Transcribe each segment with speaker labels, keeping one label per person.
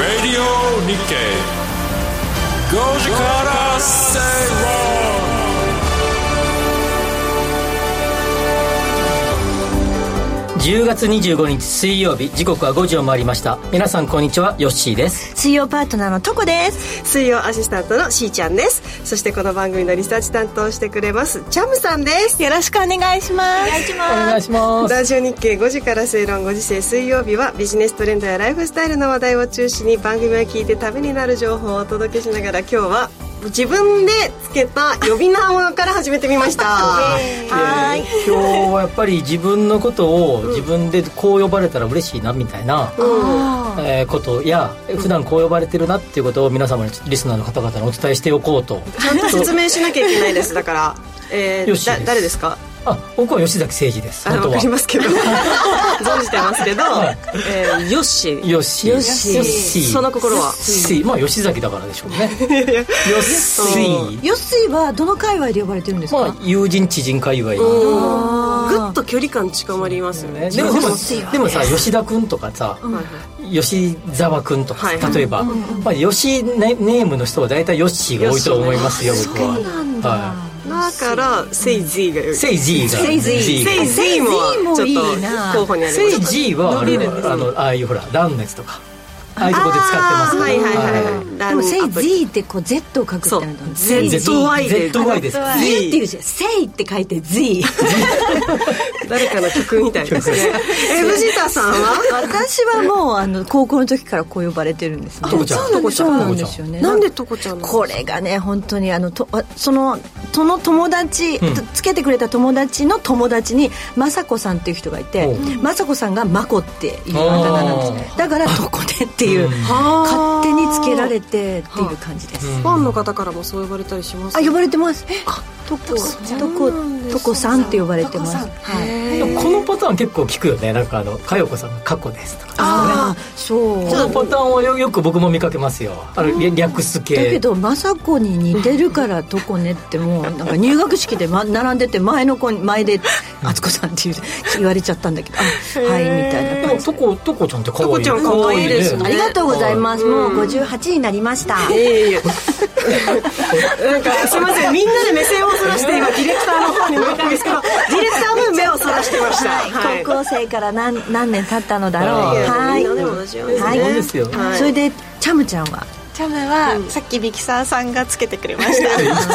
Speaker 1: Radio Nikkei 5時から正
Speaker 2: 10月25日水曜日時刻は5時を回りました皆さんこんにちはヨッシーです
Speaker 3: 水曜パートナーのトコです
Speaker 4: 水曜アシスタントのしーちゃんですそしてこの番組のリサーチ担当してくれますチャムさんです
Speaker 3: よろしくお願いしますお願いし
Speaker 2: お願いします
Speaker 4: ラジオ日経5時から正論ご時世水曜日はビジネストレンドやライフスタイルの話題を中心に番組を聞いてためになる情報をお届けしながら今日は自分でつけた呼び名をから始めてみました
Speaker 3: はーい
Speaker 2: 今日はやっぱり自分のことを自分でこう呼ばれたら嬉しいなみたいな、
Speaker 3: あ
Speaker 2: えーことや普段こう呼ばれてるなっていうことを皆様にリスナーの方々にお伝えしておこうと
Speaker 4: ちゃんと説明しなきゃいけないですだから、え
Speaker 2: よし
Speaker 4: ー、だ
Speaker 2: です
Speaker 4: 誰ですか
Speaker 2: あ僕は吉崎誠二です
Speaker 4: あ
Speaker 2: 本当
Speaker 4: わかりま
Speaker 2: は
Speaker 4: すけど存じてますけど、えー、ヨッシー
Speaker 2: よしよしよし
Speaker 4: その心は
Speaker 2: しまあ吉崎だからでしょ うねよし
Speaker 3: ーよっすいはどの界隈で呼ばれてるんですか、
Speaker 2: まあ友人知人界隈に
Speaker 3: あー
Speaker 4: ぐっと距離感近まりますよね
Speaker 2: でもでもでもさ吉田君とかさ、
Speaker 4: はいはい
Speaker 2: 吉沢君とか、
Speaker 4: はい
Speaker 2: 例えば、まあ、吉ネネームの人は大体ヨッシーが多いと思いますよ僕はは
Speaker 4: だからセイジーが良い
Speaker 2: いセイジーが
Speaker 3: セイジー
Speaker 2: ジ
Speaker 4: セイジーもちょ
Speaker 3: セイジーもいい
Speaker 4: っ
Speaker 3: な
Speaker 4: と候補にあり
Speaker 2: セイ
Speaker 4: ます
Speaker 2: ジーはあれあのああいうほらランのやつとかああいうとこで使ってます
Speaker 4: あーはいはいはいはい
Speaker 3: でも「せい」「
Speaker 4: ー
Speaker 3: Z」ってこう「Z」を書くって
Speaker 4: そう
Speaker 3: なると「
Speaker 4: Z
Speaker 3: Z」「Z」っ
Speaker 4: ZY で
Speaker 2: ZY です
Speaker 4: ZY
Speaker 3: ていうじゃん「せい」って書いて「Z」
Speaker 4: 誰かの曲みた いですねえ藤田さんは
Speaker 3: 私はもうあの高校の時からこう呼ばれてるんですね
Speaker 2: あそうちゃん
Speaker 3: そうな
Speaker 2: とこちゃん
Speaker 3: んですそうなんですよね
Speaker 4: なんでとこちゃんなの
Speaker 3: これがね本当にあのとあそのその友達、
Speaker 2: ん
Speaker 3: とつけてくれた友達の友達に雅子さんっていう人がいて
Speaker 2: おう
Speaker 3: 雅子さんが「まこ」っていうあだ名なんですねだから「とこで」っていう
Speaker 2: うん
Speaker 3: 勝
Speaker 4: 勝
Speaker 3: 手につけられてっていう感じです、
Speaker 2: うん
Speaker 4: ファンの方からもそう呼ばれたりします
Speaker 3: あ呼ばれてますあとこ
Speaker 4: う
Speaker 3: とことこさんって呼ばれてますはい
Speaker 4: へ
Speaker 2: で
Speaker 4: ー
Speaker 2: もこのパターン結構聞くよねなんかあの佳代子さんが「過去です」とか
Speaker 3: ああそう
Speaker 2: このパターンはよよく僕も見かけますよあの略略す系
Speaker 3: だけど雅子に似てるからどこねってもうなんか入学式で、ま、並んでて前の子に前で「敦子さん」って言う 言われちゃったんだけど「あはい」みたい
Speaker 2: でも
Speaker 3: な感じ
Speaker 2: とことこちゃんって可愛い
Speaker 4: とこちゃん可愛いですね
Speaker 3: ありがとうございますもう58になりました
Speaker 4: いやいやいや なんかすいませんみんなで目線をそらして今ディレクターの方に向いたんですけどディレクターも目をそらしてました
Speaker 3: はい高校生から何何年経ったのだろう
Speaker 4: は
Speaker 3: はいい
Speaker 4: やみんなでも同じようにね
Speaker 3: はい
Speaker 2: そうですよ
Speaker 4: はい
Speaker 3: それでチャムちゃんは
Speaker 5: チャムは、さっきビキサーさんがつけてくれまし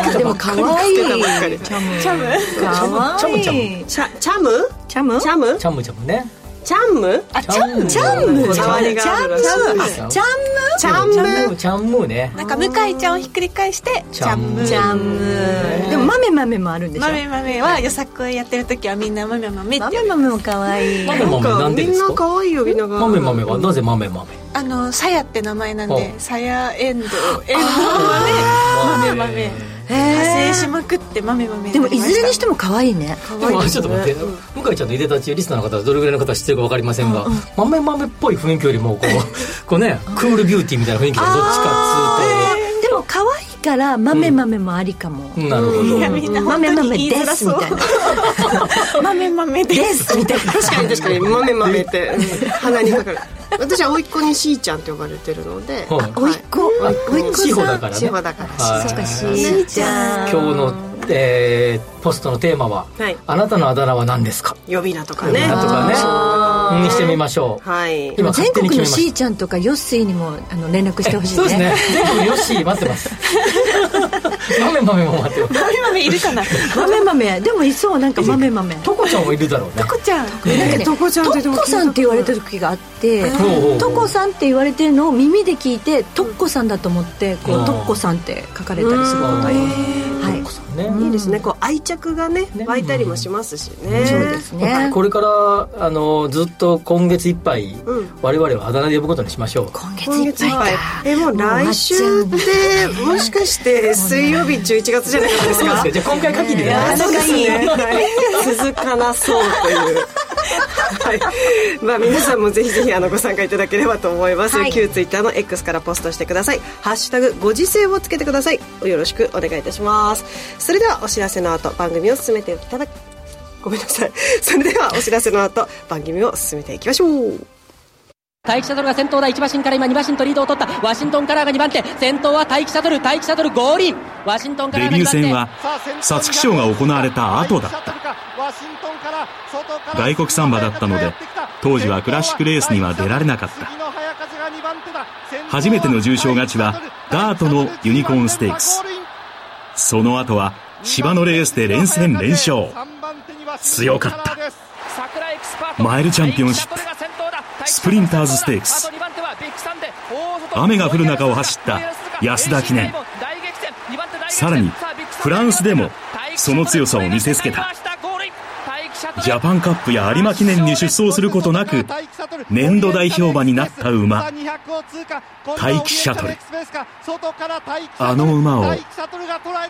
Speaker 5: た
Speaker 3: でも可愛い
Speaker 4: つけたばっかり
Speaker 3: チャムチャム可愛い
Speaker 2: チャ
Speaker 4: チャチャム
Speaker 3: チャム
Speaker 4: チャム
Speaker 2: チャムチャムね
Speaker 4: チャム
Speaker 2: チャム
Speaker 3: チャム
Speaker 4: チャム
Speaker 3: チャム
Speaker 2: チャム
Speaker 3: チャム
Speaker 4: チャム
Speaker 2: チャムチャムね
Speaker 5: なんか向井ちゃんをひっくり返して
Speaker 2: チャム
Speaker 3: ジャムでも豆豆もあるんでしょ
Speaker 5: マメマメはよさこいやってる時はみんなマメマメって
Speaker 3: 豆豆も可愛い
Speaker 2: 豆豆なんで
Speaker 4: み
Speaker 2: で
Speaker 4: ん
Speaker 2: す
Speaker 4: な
Speaker 2: か
Speaker 4: 可愛い呼び名が
Speaker 2: 豆豆はなぜ豆豆
Speaker 5: あのさやって名前なん
Speaker 2: う
Speaker 5: で
Speaker 2: ん
Speaker 5: さやエンドウエンドウマメマ
Speaker 3: へ
Speaker 5: メ派
Speaker 3: え
Speaker 5: 生しまくってマメマメ
Speaker 3: でもいずれにしてても可愛いね
Speaker 2: でもあちょっと待って向井ちゃんのいでたちリスナーの方はどれぐらいの方は知ってるか分かりませんが豆豆っぽい雰囲気よりもこうこうねクールビューティーみたいな雰囲気がどっちかっ
Speaker 3: でも可愛いから豆豆もありかも
Speaker 2: つうとなるほど
Speaker 5: いやみんな本
Speaker 3: 豆
Speaker 5: 当に
Speaker 3: 豆
Speaker 5: 言い
Speaker 3: で
Speaker 5: づら
Speaker 3: す
Speaker 5: そ
Speaker 3: み
Speaker 5: う
Speaker 3: たいな
Speaker 5: マメマメで
Speaker 3: ですみたいな
Speaker 4: 確かに確かに豆豆ってうん鼻にかかる 私は甥っ子にしーちゃんって呼ばれてるので
Speaker 2: はい
Speaker 3: おいっ子おいっ子
Speaker 2: あ
Speaker 3: さん
Speaker 2: 志保だからね
Speaker 4: 志保だから
Speaker 2: はい
Speaker 3: そうかし
Speaker 2: 今
Speaker 3: ーちゃん
Speaker 2: 日のえーポストのテーマは
Speaker 4: はい
Speaker 2: 「あなたのあだ名は何ですか?
Speaker 4: 呼び名と」か
Speaker 2: と
Speaker 4: ね
Speaker 2: かねにしてみましょう
Speaker 4: はい
Speaker 2: 今勝
Speaker 3: 全
Speaker 2: 手に決
Speaker 3: 国
Speaker 2: め
Speaker 3: の
Speaker 2: ました
Speaker 3: しーちゃんとかヨッスイにもあの連絡してほしいね
Speaker 2: そうですね。全部ヨッシー待ってます。豆豆も待ってます。
Speaker 5: マメマメいるかな
Speaker 3: 豆豆でもいそうなんか豆豆
Speaker 2: トコちゃんもいるだろうね。
Speaker 5: こちゃん
Speaker 3: なんか
Speaker 2: ね
Speaker 3: ね、
Speaker 4: トコちゃんってで
Speaker 3: ト
Speaker 4: も
Speaker 3: ッコさんって言われた時があって
Speaker 2: うん
Speaker 3: トッコさんって言われてるのを耳で聞いてトッコさんだと思ってこ
Speaker 2: うん
Speaker 3: うトッコさんって書かれたりすることがありますは
Speaker 2: トコ
Speaker 3: い
Speaker 2: さんね。
Speaker 4: いいですねこう愛着がね湧いたりもしますしね
Speaker 3: そうですね
Speaker 2: これからあのずっと今月いっぱい、
Speaker 4: うん
Speaker 2: 我々はあだ名で呼ぶことにしましょう。
Speaker 3: 今月
Speaker 4: 今
Speaker 3: いっ
Speaker 4: 月いっ
Speaker 3: ぱ
Speaker 4: ぱ
Speaker 3: い
Speaker 4: い
Speaker 3: か
Speaker 4: えもう来週っ
Speaker 3: もう終わっち
Speaker 4: てもしかして水 曜日11月じゃないで
Speaker 2: そうで
Speaker 4: すか
Speaker 2: すか。じゃあ今回限りでね。
Speaker 4: あそうですね、はい、続かなそうという。はい、まあ皆さんもぜひぜひあのご参加いただければと思います、
Speaker 3: はい
Speaker 4: 旧ツイッターの X からポストしてください「ハッシュタグご時世」をつけてくださいよろしくお願いいたしますそれではお知らせの後番組を進めていただきごめんなさいそれではお知らせの後番組を進めていきましょう
Speaker 6: 待機シャトルが先頭だ1馬身から今2馬身とリードを取ったワシントンカラーが2番手先頭は待機シャトル待機シャトル合輪ワシントンカラ
Speaker 7: デ
Speaker 6: ーが
Speaker 7: ビュ
Speaker 6: 2
Speaker 7: ー
Speaker 6: 番手
Speaker 7: 戦は皐月賞が行われた後だった外国サンバだったので当時はクラシックレースには出られなかった初めての重賞勝ちはダートのユニコーンステークスその後は芝のレースで連戦連勝強かったマイルチャンピオンシップスプリンターズステークス雨が降る中を走った安田記念さらにフランスでもその強さを見せつけたジャパンカップや有馬記念に出走することなく年度代表馬になった馬待機シャトルあの馬を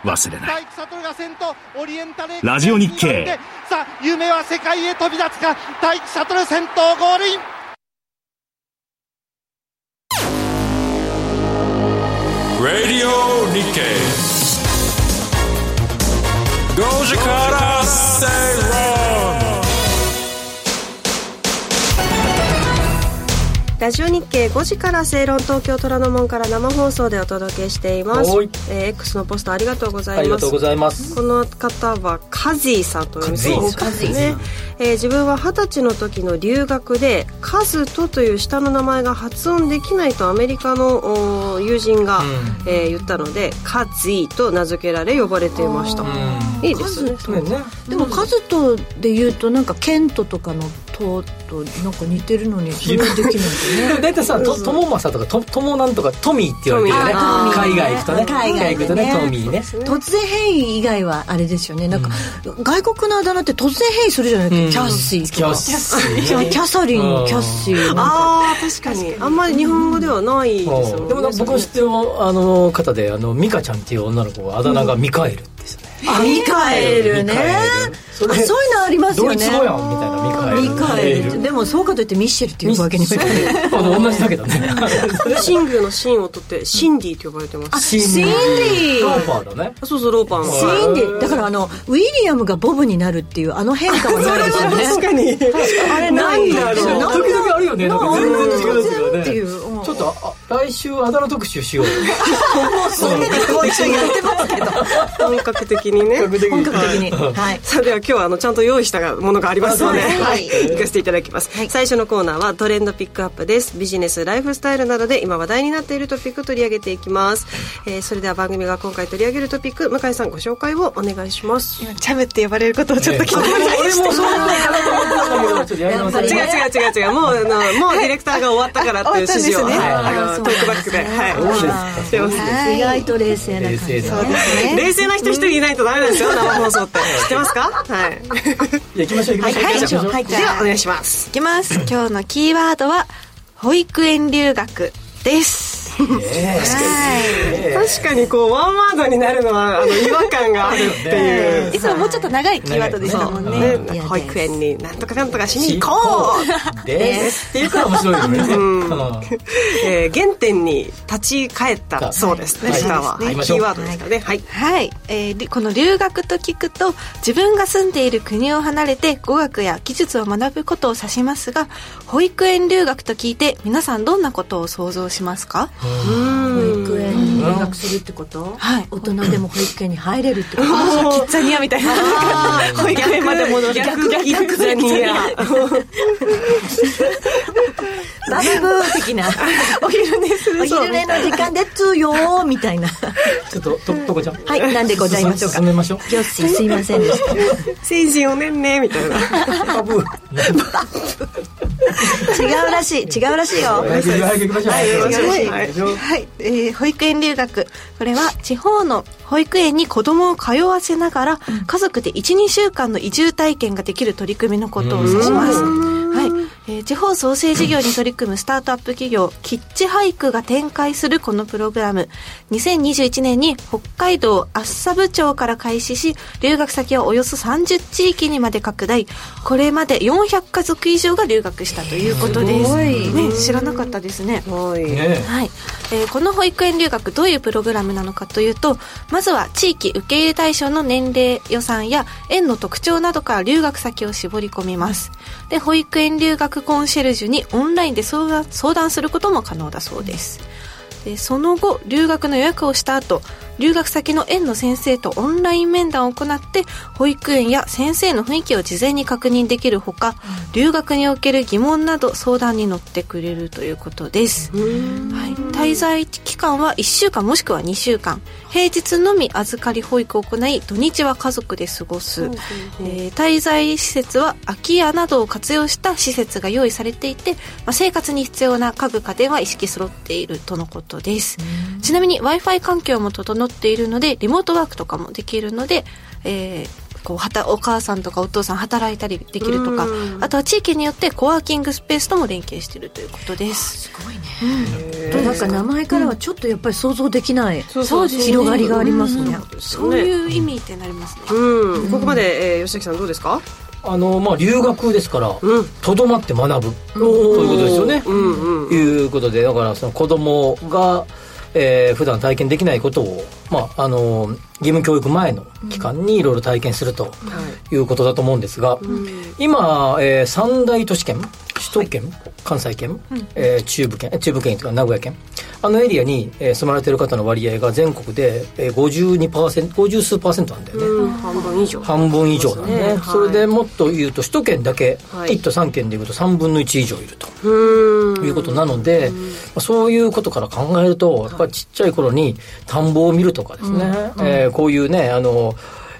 Speaker 7: 忘れないラジオ日経
Speaker 8: さあ夢は世界へ飛び立つか大気シャトル先頭ゴールイン
Speaker 1: Radio Nikkei. Goji Kara Seiron.
Speaker 4: ラジオ日経5時から正論東京虎ノ門から生放送でお届けしています
Speaker 2: おい、
Speaker 4: えー X のポストありがとうございます
Speaker 2: ありがとうございます
Speaker 4: この方はカジーさんという
Speaker 2: カズイ
Speaker 4: そうですね、えー自分は二十歳の時の留学でカズトという下の名前が発音できないとアメリカのおー友人が、えー言ったのでカズイと名付けられ呼ばれていましたいいですね
Speaker 2: ねね
Speaker 3: でもカズトで言うとなんかケントとかの「と」となんか似てるのにそれできないんだ
Speaker 2: で
Speaker 3: よ
Speaker 2: も
Speaker 3: ね
Speaker 2: 大体さ、と、ともまさとか、と、ともなんとか、トミーって言われてるよね。
Speaker 3: トミーあー
Speaker 2: 海外行くとね。
Speaker 3: 海外
Speaker 2: 行くとね、トミーね。
Speaker 3: 突然変異以外はあれですよねなんか、外国のあだ名って突然変異するじゃないですか、
Speaker 2: うん
Speaker 3: キャッシーとか
Speaker 2: キャッシーね
Speaker 3: キャキャサリン
Speaker 2: うん
Speaker 3: キャッシーなんか
Speaker 4: あー確かにあんまり日本語ではないですもんね
Speaker 2: でもなんか僕の知ってるあの方であのミカちゃんっていう女の子はあだ名がミカエルってですね、
Speaker 3: あミカエルね
Speaker 2: ミカエルそれ
Speaker 3: あそういうのありますよ
Speaker 2: ド
Speaker 3: ね
Speaker 2: イツ語やんみたいなミカエル
Speaker 3: ミカエルでもそうかといってミッシェルって呼ぶわけにもいかない
Speaker 2: あの同じだけどね
Speaker 4: シングのシンを取ってシンディと呼ばれてます
Speaker 2: シン
Speaker 3: シンディ
Speaker 2: ローファーだね
Speaker 4: そうそうローパンは
Speaker 3: シーンでだからあのウィリアムがボブになるっていうあの変化はないですよね
Speaker 4: に
Speaker 3: あれない
Speaker 4: なんだろう
Speaker 3: なんか
Speaker 2: 時々あるよねなんか全然違う
Speaker 3: なんかあれな
Speaker 2: や
Speaker 3: んだ
Speaker 2: つ
Speaker 3: っ
Speaker 2: が
Speaker 3: てい
Speaker 2: ね
Speaker 3: ううん
Speaker 2: ちょっとああ来週あだ名特集しようよ
Speaker 3: ご一緒にやってますけど
Speaker 4: 本格的にね
Speaker 3: 本格的に はい
Speaker 4: さあでは今日はあのちゃんと用意したものがありますので、
Speaker 3: あそうですか
Speaker 4: はい、行かせていただきます、
Speaker 3: はい
Speaker 4: 最初のコーナーはトレンドピックアップですビジネスライフスタイルなどで今話題になっているトピック取り上げていきます、えーそれでは番組が今回取り上げるトピック向井さんご紹介をお願いします
Speaker 5: 今チャムって呼ばれることをちょっと聞いて
Speaker 2: 俺も俺もそうなんだけどちょっとやり直
Speaker 4: 違う
Speaker 2: せ
Speaker 4: 違う違う違うもうあのもうディレクターが終わったからっていう指示を、
Speaker 5: 終わ
Speaker 4: はい
Speaker 5: っ
Speaker 4: あのトークバック
Speaker 2: そ
Speaker 4: で
Speaker 2: うですか
Speaker 4: はいしてます
Speaker 3: 意外と冷静な感
Speaker 2: 冷
Speaker 3: じ
Speaker 2: 静だね
Speaker 4: ね冷静な人一人いないとダメなんですよ生放送って知ってますかはい
Speaker 2: いや行きましょう行きましょう
Speaker 5: はい
Speaker 2: 行きましょう
Speaker 5: はい
Speaker 4: ではお願いします
Speaker 5: いきます今日のキーワードは保育園留学ですは
Speaker 4: 確かにこうワンワードになるのはあの違和感があるっていう
Speaker 5: いいつももうちょっと長いキーワードでしたもんね
Speaker 4: ね、なんか保育園になんとかかんとかしに行こ
Speaker 2: うですっていうから面白いよねうん
Speaker 4: う、えー、原点に立ち返ったそうですね、
Speaker 2: はい
Speaker 4: 下は、
Speaker 2: はい
Speaker 4: キーワードでしたねはい、
Speaker 5: はい、えーりこの留学と聞くと自分が住んでいる国を離れて語学や技術を学ぶことを指しますが保育園留学と聞いて皆さんどんなことを想像しますか
Speaker 3: 保育園に入学するってこと
Speaker 5: はい
Speaker 3: 大人でも保育園に入れるってこと
Speaker 5: キッザニアみたいななんか保育園まで戻る
Speaker 4: 逆逆逆ザニア
Speaker 3: バブブー的な
Speaker 5: お昼寝 す
Speaker 3: お
Speaker 5: るそう
Speaker 3: 昼寝の時間ですよーみたいな
Speaker 2: ちょっとととこちゃん
Speaker 3: はいなんでございましょうか
Speaker 2: 進めましょう
Speaker 3: よっしーすいませんでした
Speaker 4: 成人おねんねみたいな
Speaker 2: パブー
Speaker 3: 違うらしい違うらしいよ
Speaker 2: 早く行きましょう
Speaker 4: はい
Speaker 2: 早く行きましょう
Speaker 5: はい、えー保育園留学これは地方の保育園に子供を通わせながら家族で12週間の移住体験ができる取り組みのことを指します、はい、えー地方創生事業に取り組むスタートアップ企業、キッチハイクが展開するこのプログラム、2021年に北海道厚沢部町から開始し、留学先はおよそ30地域にまで拡大、これまで400家族以上が留学したということです。
Speaker 3: すごい
Speaker 5: ね、知らなかったですね。
Speaker 4: はい、
Speaker 2: ね
Speaker 5: はいえーこの保育園留学どういうプログラムなのかというとまずは地域受け入れ対象の年齢予算や園の特徴などから留学先を絞り込みますで保育園留学コンシェルジュにオンラインで相談相談することも可能だそうですでその後留学の予約をした後留学先の園の先生とオンライン面談を行って保育園や先生の雰囲気を事前に確認できるほか留学における疑問など相談に乗ってくれるということです、はい、滞在期間は1週間もしくは2週間平日のみ預かり保育を行い土日は家族で過ごす、えー滞在施設は空き家などを活用した施設が用意されていて、まあ、生活に必要な家具家電は一式揃っているとのことですちなみに w i f i 環境も整っているのでリモートワークとかもできるので、えーこうはたお母さんとかお父さん働いたりできるとかあとは地域によってコワーキングスペースとも連携しているということで
Speaker 3: す
Speaker 5: す
Speaker 3: ごいね、なんか名前からはちょっとやっぱり想像できない、広がりがありますね、
Speaker 5: そういう意味ってなりますね、
Speaker 4: うん、ここまで、えー、吉崎さんどうですか
Speaker 2: あのまあ留学ですから
Speaker 4: うん
Speaker 2: とど、まって学ぶということですよね、
Speaker 4: うんうん
Speaker 2: いうことでだからその子供が、えー普段体験できないことを、まあ、あの義務教育前の期間にいろいろ体験するということだと思うんですが、今、えー三大都市圏首都圏、関西圏、えー中部圏え中部圏というか名古屋圏あのエリアに、えー住まれてる方の割合が全国で、えー、52%、50数パーセントなんだよね。
Speaker 4: うん、半分以上
Speaker 2: 半分以上なんでね
Speaker 4: そうですね
Speaker 2: それでもっと言うと首都圏だけ、
Speaker 4: はい
Speaker 2: 1都3県でいうと3分の1以上いると
Speaker 4: うん
Speaker 2: いうことなので、まあそういうことから考えるとやっぱりちっちゃい頃に田んぼを見るとかですね、えーこういうねあの、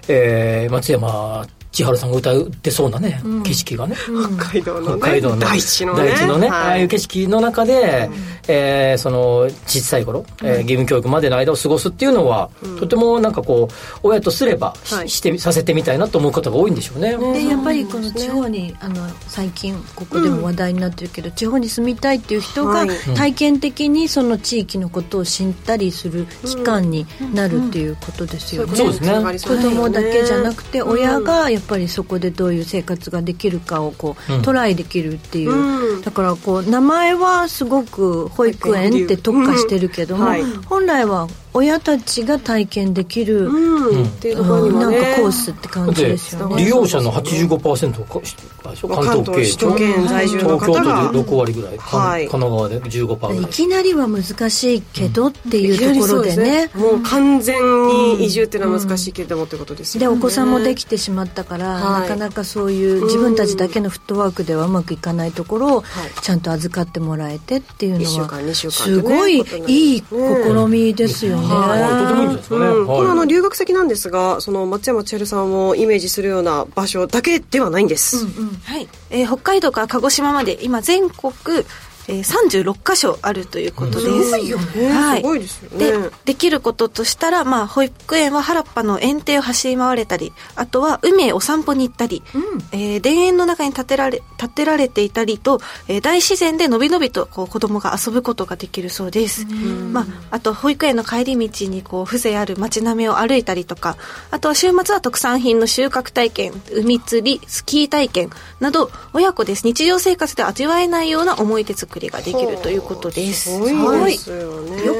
Speaker 2: えー松山千春さんが歌ってそうなね、景色がね、
Speaker 4: 北海道の,、ね、
Speaker 2: 北海道の
Speaker 4: 大地のね
Speaker 2: 大地のね
Speaker 4: はい
Speaker 2: ああいう景色の中で、えーその小さい頃、えー義務教育までの間を過ごすっていうのは、とてもなんかこう親とすればし,、
Speaker 4: はい
Speaker 2: てさせてみたいなと思う方が多いんでしょうね。
Speaker 3: でやっぱりこの地方にあの最近ここでも話題になってるけど、地方に住みたいっていう人
Speaker 4: は
Speaker 3: が
Speaker 4: い
Speaker 3: 体験的にその地域のことを知ったりする期間になるっていうことですよね、
Speaker 2: そうですね
Speaker 3: 子供だけじゃな
Speaker 4: て
Speaker 3: くて親がやっぱりそこでどういう生活ができるかをこう、
Speaker 2: うん
Speaker 3: トライできるっていう、
Speaker 4: うん
Speaker 3: だからこう名前はすごく保育園って特化してるけども、
Speaker 4: うんはい
Speaker 3: 本来は親たちが体験できる、
Speaker 4: うん、っていうところに
Speaker 3: なん
Speaker 4: もね
Speaker 3: かコースって感じですよ
Speaker 2: だって
Speaker 3: ね
Speaker 2: 利用者の85%か関東
Speaker 4: 関
Speaker 2: 系
Speaker 4: 東首都圏在住の
Speaker 2: 東
Speaker 4: 方
Speaker 2: 京都で
Speaker 4: が
Speaker 2: 6割ぐらい、か
Speaker 4: はい
Speaker 2: 神奈川で15%ぐら
Speaker 3: い
Speaker 2: い。
Speaker 3: きなりは難しいけどって
Speaker 4: いき
Speaker 3: い
Speaker 4: な
Speaker 3: う
Speaker 4: り
Speaker 3: とこ
Speaker 4: そ
Speaker 3: ろ
Speaker 4: う
Speaker 3: ですね、
Speaker 4: もう完全に移住っていうのは難しいけれどもってことですよね
Speaker 3: でお子さんもできてしまったから、
Speaker 4: はい
Speaker 3: なかなかそういう自分たちだけのフットワークではうまくいかないところをちゃんと預かってもらえてっていうの
Speaker 4: 一週
Speaker 3: は、
Speaker 4: 間二週間
Speaker 3: すごい
Speaker 4: とね
Speaker 3: いい試みですよね。
Speaker 2: はいとてもいいんじゃないですかね。
Speaker 4: うん、このあ
Speaker 2: は
Speaker 4: の
Speaker 2: い
Speaker 4: 留学先なんですがその松山千春さんをイメージするような場所だけではないんです、
Speaker 5: はいえー北海道から鹿児島まで今全国、えー36カ所あるということです、
Speaker 4: すごいよね
Speaker 5: はい
Speaker 4: すごいですよね
Speaker 5: でできることとしたら、まあ、保育園は原っぱの園庭を走り回れたりあとは海へお散歩に行ったり、えー田園の中に建てられ建てられていたりと、えー大自然でのびのびとこう子供が遊ぶことができるそうです、まあ、あと保育園の帰り道にこう風情ある街並みを歩いたりとかあとは週末は特産品の収穫体験海釣りスキー体験など親子です日常生活で味わえないような思い出作りができるということです。
Speaker 4: すごいですよね
Speaker 3: よ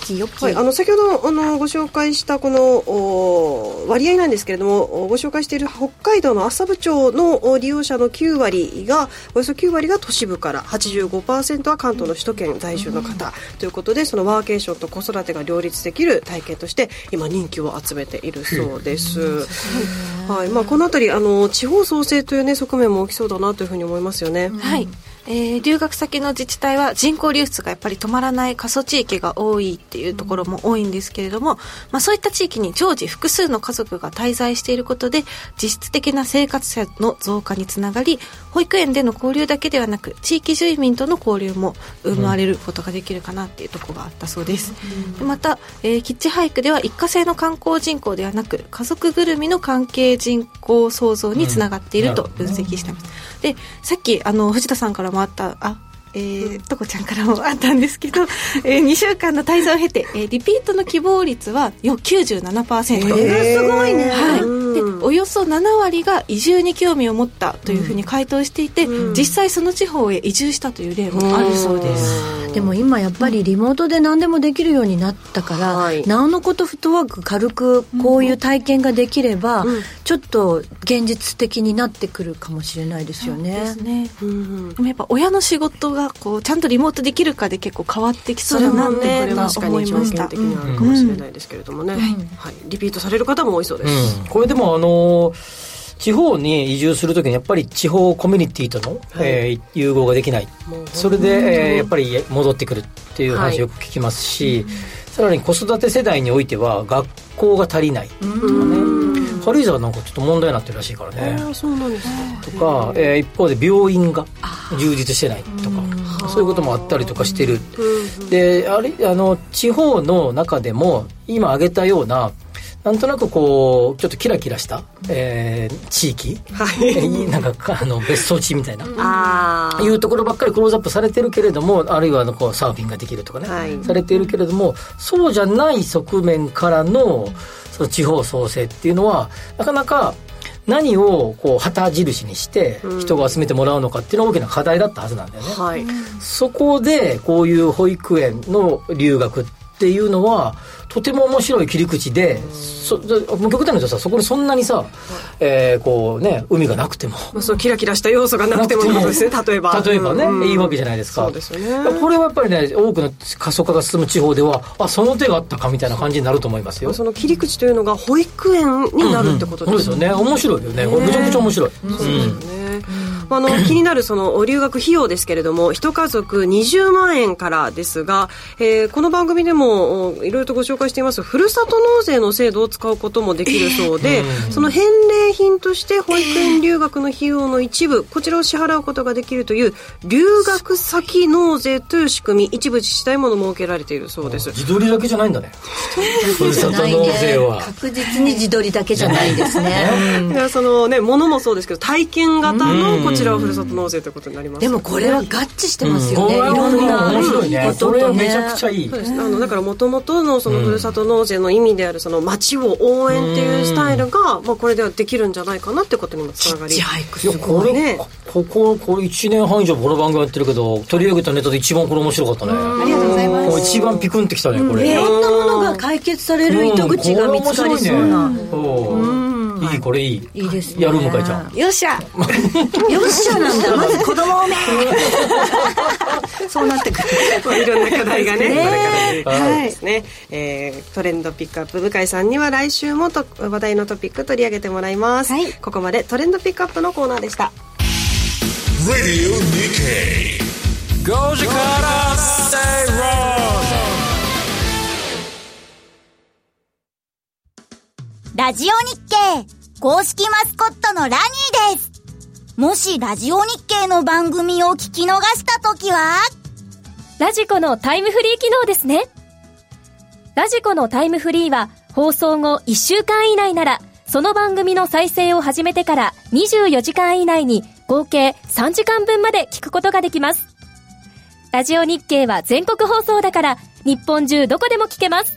Speaker 3: きよき、
Speaker 4: はい、あの先ほどあのご紹介したこのお割合なんですけれどもおご紹介している北海道の厚沢部町のお利用者の9割がおよそ9割が都市部から85%は関東の首都圏在住の方ということでそのワーケーションと子育てが両立できる体験として今人気を集めているそうです。はいまあ、この辺りあの地方創生という、ね、側面も大きそうだなというふうに思いますよね。
Speaker 5: はいえー留学先の自治体は人口流出がやっぱり止まらない過疎地域が多いっていうところも多いんですけれども、まあ、そういった地域に常時複数の家族が滞在していることで実質的な生活者の増加につながり保育園での交流だけではなく地域住民との交流も生まれることができるかなっていうところがあったそうです、でまた、えーキッチハイクでは一過性の観光人口ではなく家族ぐるみの関係人口創造につながっていると分析しています、ででさっきあの藤田さんからもあったあえー、とこちゃんからもあったんですけど、 えー、2週間の滞在を経て、えーリピートの希望率はよ97%、
Speaker 3: これがすごいね、
Speaker 5: はい、で
Speaker 4: うん
Speaker 5: およそ7割が移住に興味を持ったというふうに回答していて、実際その地方へ移住したという例もあるそうです、
Speaker 3: でも今やっぱりリモートで何でもできるようになったから、
Speaker 4: はい
Speaker 3: なおのことフットワーク軽くこういう体験ができれば、ちょっと現実的になってくるかもしれないですよ
Speaker 5: で
Speaker 3: ね
Speaker 5: す。ねでもやっぱ親の仕事がこうちゃんとリモートできるかで結構変わってきそうだなってこれは
Speaker 4: 確か
Speaker 5: 思
Speaker 4: に
Speaker 5: いま
Speaker 4: 条
Speaker 5: し
Speaker 4: 件
Speaker 5: た
Speaker 4: 的にはあるかもしれないですけれどもね、はい、リピートされる方も多いそうです、
Speaker 2: うん、これでもあの地方に移住するときにやっぱり地方コミュニティとの、
Speaker 4: はい
Speaker 2: えー融合ができない
Speaker 4: もう
Speaker 2: それで、えーやっぱり戻ってくるっていう話よく聞きますし、さらに子育て世代においては学校が足りないとかね軽井沢なんかちょっと問題になってるらしいからね
Speaker 4: ああそうなんですね
Speaker 2: とか、えー一方で病院が充実してないとかそういうこともあったりとかしてるであれあの地方の中でも今挙げたようななんとなくこうちょっとキラキラした、えー地域、 なんかかあの別荘地みたいな
Speaker 4: ああ
Speaker 2: いうところばっかりクローズアップされてるけれどもあるいはあのこうサーフィンができるとかね、
Speaker 4: はい
Speaker 2: されているけれどもそうじゃない側面からのその地方創生っていうのはなかなか何をこう旗印にして人が集めてもらうのかっていうのは大きな課題だったはずなんだよね。
Speaker 4: はい、
Speaker 2: そこでこういう保育園の留学っていうのはとても面白い切り口で、そでもう極端に言うとさそこにそんなにさ、えーこうね海がなくても
Speaker 4: まあ、そのキラキラした要素がなくてもってことですね例えば
Speaker 2: 例えばね、
Speaker 4: うん
Speaker 2: いいわけじゃないですか
Speaker 4: そうですよね
Speaker 2: これはやっぱりね多くの過疎化が進む地方ではあその手があったかみたいな感じになると思いますよ
Speaker 4: その切り口というのが保育園になるってこと
Speaker 2: そう
Speaker 4: で
Speaker 2: ですす
Speaker 4: よ
Speaker 2: よ
Speaker 4: ね。
Speaker 2: ね面白いよねこれめちゃくちゃ面白い、うん
Speaker 4: ねあの気になるその留学費用ですけれども一家族20万円からですが、えーこの番組でもおいろいろとご紹介していますふるさと納税の制度を使うこともできるそうで、その返礼品として保育園留学の費用の一部こちらを支払うことができるという留学先納税という仕組み一部自治体も設けられているそうです。
Speaker 2: 自撮りだけじゃないんだねふるさと納税は
Speaker 3: 確実に自撮りだけじゃないですね。うん
Speaker 4: いやそのね物もそうですけど体験型のこちらはふるさと納税ということになります
Speaker 3: でもこれは合致してますよね。
Speaker 2: うん
Speaker 3: いろんな
Speaker 2: 面白いね
Speaker 3: こと
Speaker 2: それ
Speaker 3: と
Speaker 2: はめ
Speaker 3: ね
Speaker 2: ち。ゃくちゃいい
Speaker 4: そうですねあのだからもともとのそのふるさと納税の意味であるその町を応援っていうスタイルが、まあ、これではできるんじゃないかなってことにもつながり
Speaker 3: ちっちゃいく
Speaker 2: いや
Speaker 3: す
Speaker 2: こ
Speaker 3: ごい。
Speaker 2: れ、
Speaker 4: ね
Speaker 2: ここここれ1年半以上この番組やってるけど取り上げたネタで一番これ面白かったねありがとうございます一番ピクンってきたねこれ、
Speaker 3: いろんなものが解決される糸口が見つかりそう
Speaker 2: う
Speaker 3: な。
Speaker 2: んいいこれいい
Speaker 3: いいですね。
Speaker 2: やる向井ちゃん
Speaker 5: よっしゃ
Speaker 3: よっしゃなんだ。まず子供をね。そうなってくる。
Speaker 4: まあいろんな課題がねこれから出てくる
Speaker 2: はい
Speaker 4: んですね、えートレンドピックアップ向井さんには来週もと話題のトピック取り上げてもらいます、
Speaker 5: はい
Speaker 4: ここまでトレンドピックアップのコーナーでした
Speaker 1: Radio Nikkei. Go Jakarta, stay wrong.
Speaker 9: ラジオ日経公式マスコットのラニーです。もしラジオ日経の番組を聞き逃したときは、
Speaker 10: ラジコのタイムフリー機能ですね。ラジコのタイムフリーは放送後1週間以内なら、その番組の再生を始めてから24時間以内に合計3時間分まで聞くことができます。ラジオ日経は全国放送だから、日本中どこでも聞けます。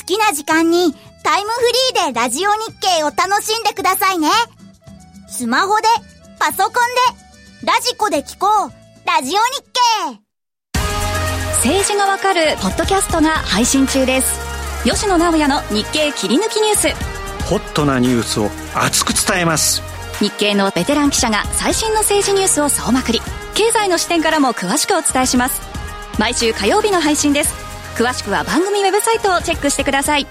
Speaker 9: 好きな時間にタイムフリーでラジオ日経を楽しんでくださいね。スマホで、パソコンで、ラジコで聞こう。ラジオ日経
Speaker 10: 政治がわかるポッドキャストが配信中です。吉野直也の日経切り抜きニュース。
Speaker 11: ホットなニュースを熱く伝えます
Speaker 10: 日経のベテラン記者が最新の政治ニュースを総まくり経済の視点からも詳しくお伝えします毎週火曜日の配信です詳しくは番組ウェブサイトをチェックしてください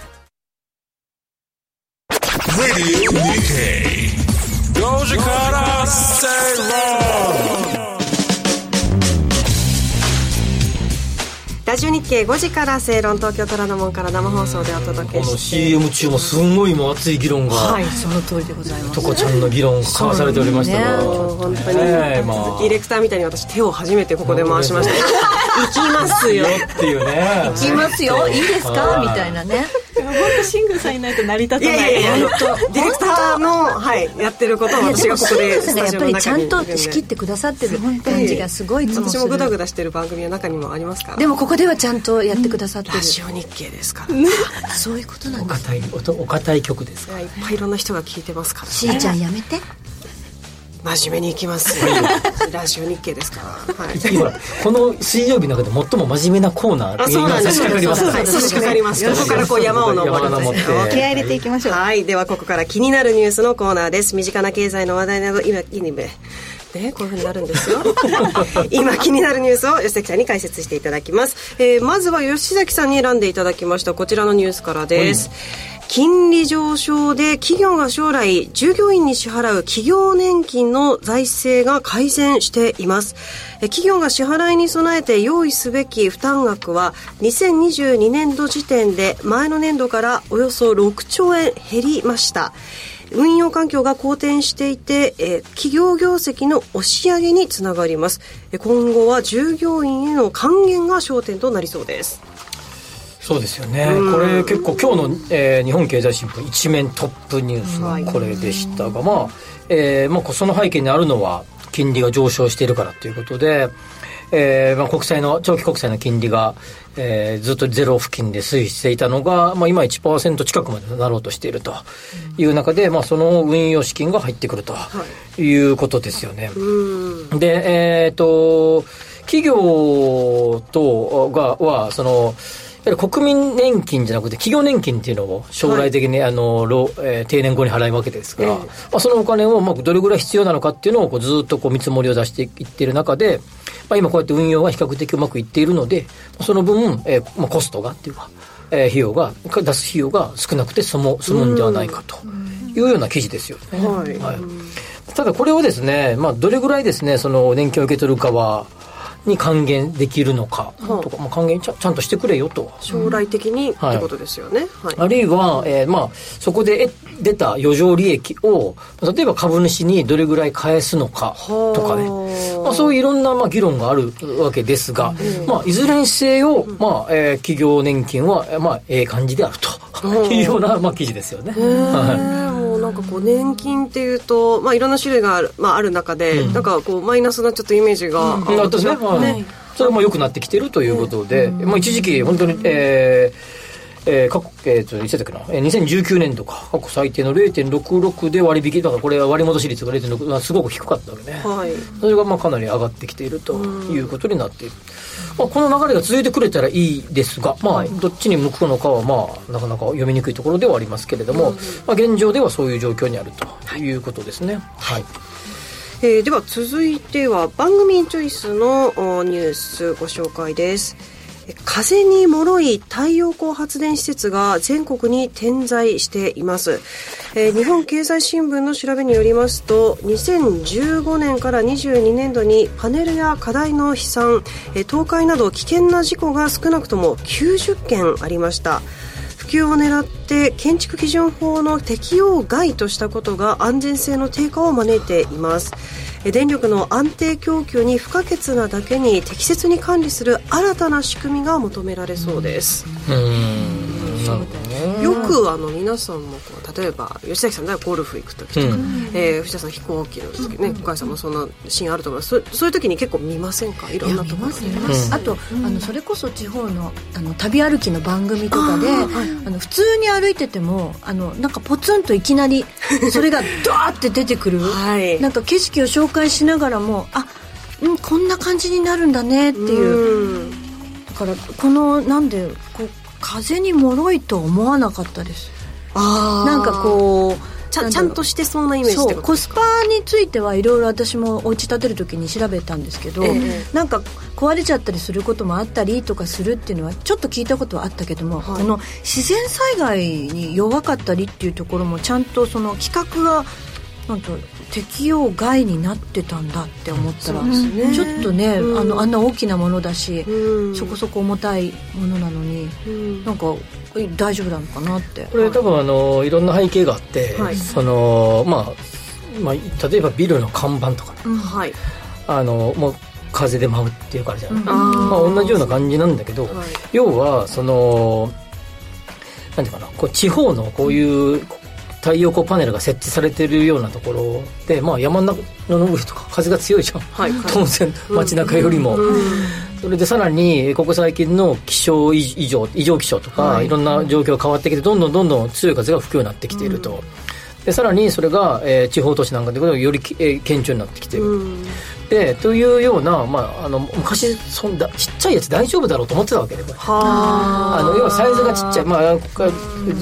Speaker 1: Radio Nikkei. Go Jakarta, stay wrong.
Speaker 4: ラジオ日経5時から正論東京虎ノ門から生放送でお届
Speaker 2: こ
Speaker 4: け
Speaker 2: の
Speaker 4: して
Speaker 2: CM 中もすんごいもう熱い議論が、
Speaker 3: はい、その通りでございます
Speaker 2: と。こちゃんの議論が交わされておりましたが、
Speaker 3: そう
Speaker 4: もう本当に、
Speaker 2: ねえまあ
Speaker 4: 鈴木ディレクターみたいに私手を初めてここで回しました行きますよ
Speaker 2: っていうね
Speaker 3: 行きますよ。いいですかみたいなね。
Speaker 4: い
Speaker 5: の本当シングさんいないと成り立たない
Speaker 4: いやいやいやディレクターの、はい、やってることを私がここで
Speaker 3: ス
Speaker 4: ス
Speaker 3: タ
Speaker 4: タ
Speaker 3: ジ
Speaker 4: ジ
Speaker 3: オ
Speaker 4: オ
Speaker 3: の中に
Speaker 4: の中
Speaker 3: や
Speaker 4: に
Speaker 3: っぱりちゃんと仕切ってくださってる感じがすごいいつもす
Speaker 4: 私
Speaker 3: る
Speaker 4: もグダグダしてる番組の中にもありますから
Speaker 3: でもここではちゃんとやってくださってる、
Speaker 4: ラジオ日経ですから
Speaker 3: そういうことなん
Speaker 2: お
Speaker 3: だ
Speaker 2: 堅いおとお堅い曲ですか
Speaker 4: いっぱいいろんな人が聞いてますから
Speaker 3: しーちゃんやめて
Speaker 4: 真面目にいきますラジオ日経ですからはい
Speaker 2: 今この水曜日の中で最も真面目なコーナー
Speaker 4: あ
Speaker 2: に
Speaker 4: そう
Speaker 2: 今
Speaker 4: なん
Speaker 2: 差
Speaker 4: で
Speaker 2: し
Speaker 4: す
Speaker 2: 掛かりますから
Speaker 4: そうそう差し掛かりますここからこう山を登ります
Speaker 2: 山登って
Speaker 5: 気合い入れていきましょう
Speaker 4: はいではここから気になるニュースのコーナーです身近な経済の話題など今気にねこういうふうになるんですよ 今気になるニュースを吉崎さんに解説していただきます、えーまずは吉崎さんに選んでいただきましたこちらのニュースからです、金利上昇で企業が将来従業員に支払う企業年金の財政が改善していますえ企業が支払いに備えて用意すべき負担額は2022年度時点で前の年度からおよそ6兆円減りました運用環境が好転していて、えー企業業績の押し上げにつながりますえ今後は従業員への還元が焦点となりそうです
Speaker 2: そうですよね
Speaker 4: うん
Speaker 2: これ結構今日の、えー日本経済新聞一面トップニュース
Speaker 4: はい
Speaker 2: のこれでしたが、まあえーまあ、その背景にあるのは金利が上昇しているからということで、えーまあ、国債の長期国債の金利が、えーずっとゼロ付近で推移していたのが、まあ、今1%近くまでなろうとしているという中で、まあ、その運用資金が入ってくるということですよね。で、えっ、と、企業とが、は、その、やっぱり国民年金じゃなくて企業年金っていうのを将来的に、あの老えー定年後に払うわけですから、まあ、そのお金をまあどれぐらい必要なのかっていうのをこうずっとこう見積もりを出していってる中で、まあ、今こうやって運用が比較的うまくいっているのでその分、えーまあ、コストがっていうか、えー費用が出す費用が少なくて済む済むんではないかというような記事ですよね。
Speaker 4: はい
Speaker 2: はい、ただこれをですね、まあ、どれぐらいですねその年金を受け取る側に還元できるのかとか、まあ、還元ちゃちゃんとしてくれよと。
Speaker 4: 将来的にって
Speaker 2: はい
Speaker 4: ことですよね、はい
Speaker 2: あるいは、えーまあ、そこで得出た余剰利益を、例えば株主にどれぐらい返すのかとかね、まあ、そういういろんな、まあ、議論があるわけですが、まあ、いずれにせよ、まあえー企業年金は、えーまあ、ええ感じであるというような、まあ、記事ですよね。は
Speaker 4: ねもうなんかこう年金っていうと、まあ、いろんな種類がある,、まあ、ある中で、なんかこうマイナスなちょっとイメージが、
Speaker 2: い、なですね、はいそれも良くなってきてるということで、まあ、一時期本当に、えーえー過去えー、といつだっけな、えー2019年度か過去最低の0.66で割引だからこれは割戻し率が0.6まあすごく低かったわけね、
Speaker 4: はい
Speaker 2: それがまあかなり上がってきているということになっている、まあ、この流れが続いてくれたらいいですが、まあ、どっちに向くのかはまあなかなか読みにくいところではありますけれども、まあ、現状ではそういう状況にあるということですね。はい
Speaker 4: えーでは続いては番組チョイスのおニュースご紹介ですえ風に脆い太陽光発電施設が全国に点在しています、えー日本経済新聞の調べによりますと2015年から22年度にパネルや課題の飛散、えー倒壊など危険な事故が少なくとも90件ありました普及を狙って建築基準法の適用外としたことが安全性の低下を招いていますえ電力の安定供給に不可欠なだけに適切に管理する新たな仕組みが求められそうですよくあの皆さんもこう例えば吉崎さんならゴルフ行く時とか、
Speaker 2: うん
Speaker 4: えー藤田さん飛行機の時ね向井さんもそんなシーンあると思いますそそういう時に結構見ませんかいろんなところで
Speaker 3: 見ますあと、あのそれこそ地方のあの旅歩きの番組とかであ、の普通に歩いててもあのなんかポツンといきな りそれがドワーって出てくる、
Speaker 4: はい
Speaker 3: なんか景色を紹介しながらもあうんこんな感じになるんだねっていう、
Speaker 4: うん
Speaker 3: だからこのなんでこう風に脆いとは思わなかったです
Speaker 4: あー
Speaker 3: なんかこう
Speaker 4: ちゃ
Speaker 3: なん
Speaker 4: ち
Speaker 3: だ
Speaker 4: ゃ
Speaker 3: ろうん
Speaker 4: としてそうなイメージっ
Speaker 3: そ
Speaker 4: て
Speaker 3: う
Speaker 4: こ
Speaker 3: コ
Speaker 4: と
Speaker 3: スパについてはいろいろ私もお家建てる時に調べたんですけど、
Speaker 4: え
Speaker 3: なんか壊れちゃったりすることもあったりとかするっていうのはちょっと聞いたことはあったけども、この自然災害に弱かったりっていうところもちゃんとその規格がなんと適用外になってたんだって思ったら、ちょっとね、あのあんな大きなものだし、
Speaker 4: うん
Speaker 3: そこそこ重たいものなのに、
Speaker 4: うん
Speaker 3: なんかえ大丈夫なのかなって。
Speaker 2: これ多分あのいろんな背景があって、
Speaker 4: はい
Speaker 2: そのまあ、まあ、例えばビルの看板とかね
Speaker 4: はい
Speaker 2: あのもう風で舞うっていうからじゃない、
Speaker 4: あー
Speaker 2: まあ、同じような感じなんだけど、
Speaker 4: はい
Speaker 2: 要はそのなんていうかなこう地方のこういう太陽光パネルが設置されてるようなところで、まあ、山の上とか風が強いじゃん、
Speaker 12: はいはい
Speaker 2: 当然街中よりも、
Speaker 12: うんうん
Speaker 2: それでさらにここ最近の気象異常異常気象とか、
Speaker 12: はい
Speaker 2: い、ろんな状況が変わってきてどんどんどんどん強い風が吹くようになってきていると、でさらにそれが、えー地方都市なんかでもより、えー顕著になってきている、でというような、まあ、あの昔そんなちっちゃいやつ大丈夫だろうと思ってたわけであの要はサイズがちっちゃい、まあ、これ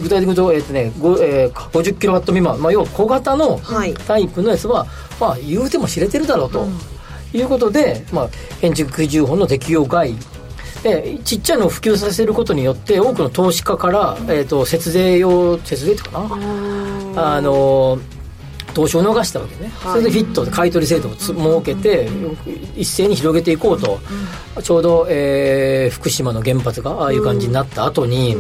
Speaker 2: 具体的に言うと、えっとねごえー、50キロワット未満、まあ、要は小型のタイプのやつは、まあ、言うても知れてるだろうと、いうことで、まあ、建築基準法の適用外でちっちゃいのを普及させることによって多くの投資家から、えー、と節税用節税とかなあの投資を逃したわけね、
Speaker 12: はい
Speaker 2: それでフィットで買い取り制度をつ設けて、一斉に広げていこうと、ちょうど、えー福島の原発がああいう感じになった後に、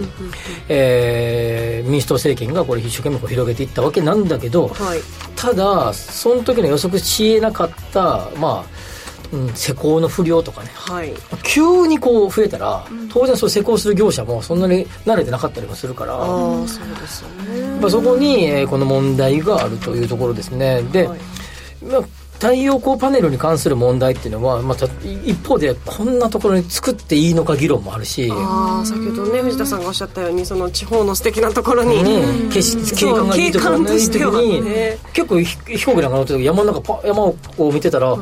Speaker 2: えー民主党政権がこれ一生懸命こう広げていったわけなんだけど、
Speaker 4: はい
Speaker 2: ただその時の予測しえなかった、まあうん、施工の不良とかね
Speaker 4: はい
Speaker 2: 急にこう増えたら、当然そう施工する業者もそんなに慣れてなかったりもするから
Speaker 4: ああそうですよね
Speaker 2: まあ、そこに、えーこの問題があるというところですね。で、まあ太陽光パネルに関する問題っていうのは、まあ、た一方でこんなところに作っていいのか議論もあるし、
Speaker 4: ああ先ほどね藤田さんがおっしゃったようにその地方の素敵なところに、
Speaker 2: ね景色景観がいいところ
Speaker 4: そう景観
Speaker 2: が
Speaker 4: と
Speaker 2: いい
Speaker 4: して
Speaker 2: 時
Speaker 4: は
Speaker 2: に、
Speaker 4: ね
Speaker 2: 結構ひ飛行機なんか乗ってる時山の中パ山をこう見てたら、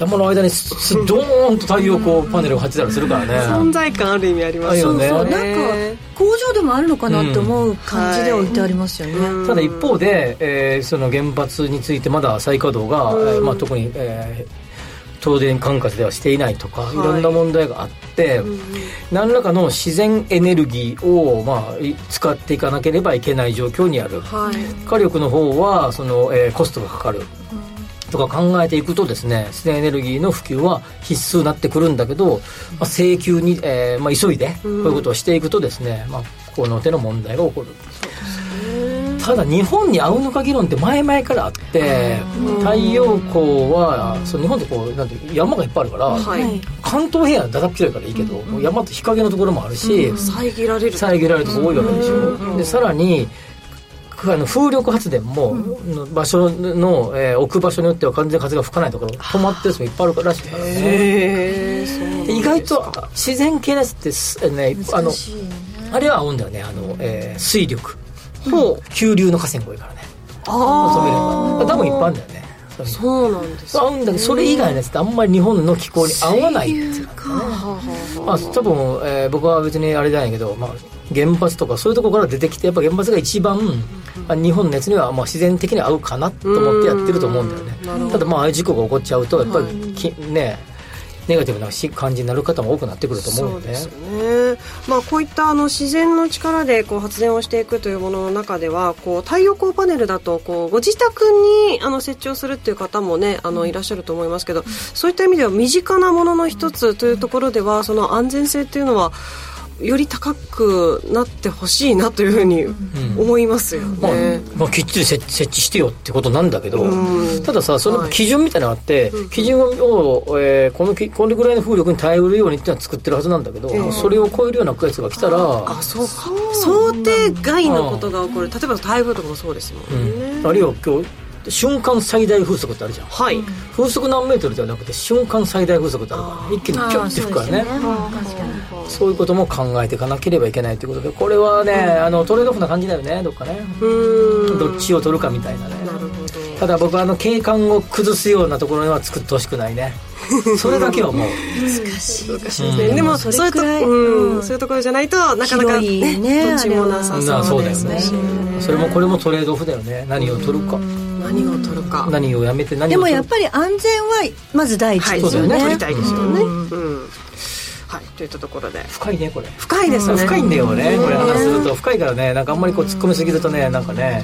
Speaker 2: 山の間にすすドーンと太陽光パネルが張ってたりするからね。
Speaker 4: 存在感ある意味あります
Speaker 2: あるよね
Speaker 4: そうそう
Speaker 2: なんか
Speaker 3: 工場でもあるのかなって思う感じで置いてありますよね、
Speaker 2: ただ一方で、えーその原発についてまだ再稼働が、
Speaker 3: うん
Speaker 2: えーまあ、特に、えー東電管轄ではしていないとか、
Speaker 12: はい
Speaker 2: い、ろんな問題があって、何らかの自然エネルギーを、まあ、い使っていかなければいけない状況にある、
Speaker 4: はい
Speaker 2: 火力の方はその、えーコストがかかる。とか考えていくとですね自然エネルギーの普及は必須になってくるんだけど、まあ、請求に、えーまあ、急いでこういうことをしていくとですね、まあ、この手の問題が起こるただ日本に合うのか議論って前々からあって太陽光はその日本ってこうなんていう山がいっぱいあるから、
Speaker 4: はい
Speaker 2: 関東平野はだだっ広いからいいけど、もう山って日陰のところもあるし、
Speaker 4: うん遮られる
Speaker 2: 遮られるとこ多いわけでしょ、でさらにあの風力発電も、場所の、えー置く場所によっては完全に風が吹かないところ止まってる人もいっぱいあるかららしいからねで意外と自然系のやつってす、えーね、あのあれは合うんだよねあの、えー水力と急流の河川越えからね求めれば多分いっぱいあるんだよね
Speaker 4: そうなんです
Speaker 2: 合うんだけどそれ以外のやつってあんまり日本の気候に合わないっていうまあ、多分、えー僕は別にあれじゃないけど、まあ、原発とかそういうところから出てきてやっぱ原発が一番、まあ日本のやつにはまあ自然的に合うかなと思ってやってると思うんだよねただまあああいう事故が起こっちゃうとやっぱりき、ねネガティブなし感じになる方も多くなってくると思うよね
Speaker 4: そうですね、まあ、こういったあの自然の力でこう発電をしていくというものの中ではこう太陽光パネルだとこうご自宅にあの設置をするっていう方も、ね、あのいらっしゃると思いますけどそういった意味では身近なものの一つというところではその安全性というのはより高くなってほしいなというふうに思いますよ
Speaker 2: まあ
Speaker 4: ね。
Speaker 2: まあ、きっちり設設置してよってことなんだけど、
Speaker 4: うん
Speaker 2: たださその基準みたいなのがあって、基準を、えーこのきこれぐらいの風力に耐えうるようにってのは作ってるはずなんだけど、
Speaker 4: ええ
Speaker 2: それを超えるようなやつが来たら、
Speaker 4: あそうか想定外のことが起こる例えば台風とかもそうですもんね、
Speaker 2: うんあるいは今日瞬間最大風速ってあるじゃん、風速何メートルではなくて瞬間最大風速ってあるから一気にピョンって吹くからねそういうことも考えていかなければいけないということでこれはね、あのトレードオフな感じだよねどっかねどっちを取るかみたいなねただ僕はあの景観を崩すようなところには作ってほしくないねそれだけはもう
Speaker 3: 難しい
Speaker 4: そうですね
Speaker 2: うん
Speaker 4: でも
Speaker 2: そ
Speaker 4: そ
Speaker 2: れ
Speaker 4: ういうと、うん、そういうところじゃないとなかな
Speaker 3: 広
Speaker 4: かね
Speaker 3: いね
Speaker 4: どっちもなさ
Speaker 2: な
Speaker 4: そ
Speaker 2: そううだ
Speaker 4: で
Speaker 2: よ
Speaker 4: す
Speaker 2: ね
Speaker 4: ね
Speaker 2: それもこれもトレードオフだよね何を取るか
Speaker 4: 何を取るか
Speaker 2: 何をやめて何を
Speaker 3: でも
Speaker 2: 取
Speaker 3: や
Speaker 2: る
Speaker 3: っぱり安全はまず第一
Speaker 4: はい
Speaker 3: で
Speaker 4: そう
Speaker 3: すよ
Speaker 4: だ
Speaker 3: ね
Speaker 4: よね取りたいですよね、
Speaker 3: う
Speaker 4: うんんはいといったところで
Speaker 2: 深いねこれ
Speaker 4: 深いですね、
Speaker 2: 深いんだよねこれ話すると深いからねなんかあんまりこう突っ込みすぎるとねなんかね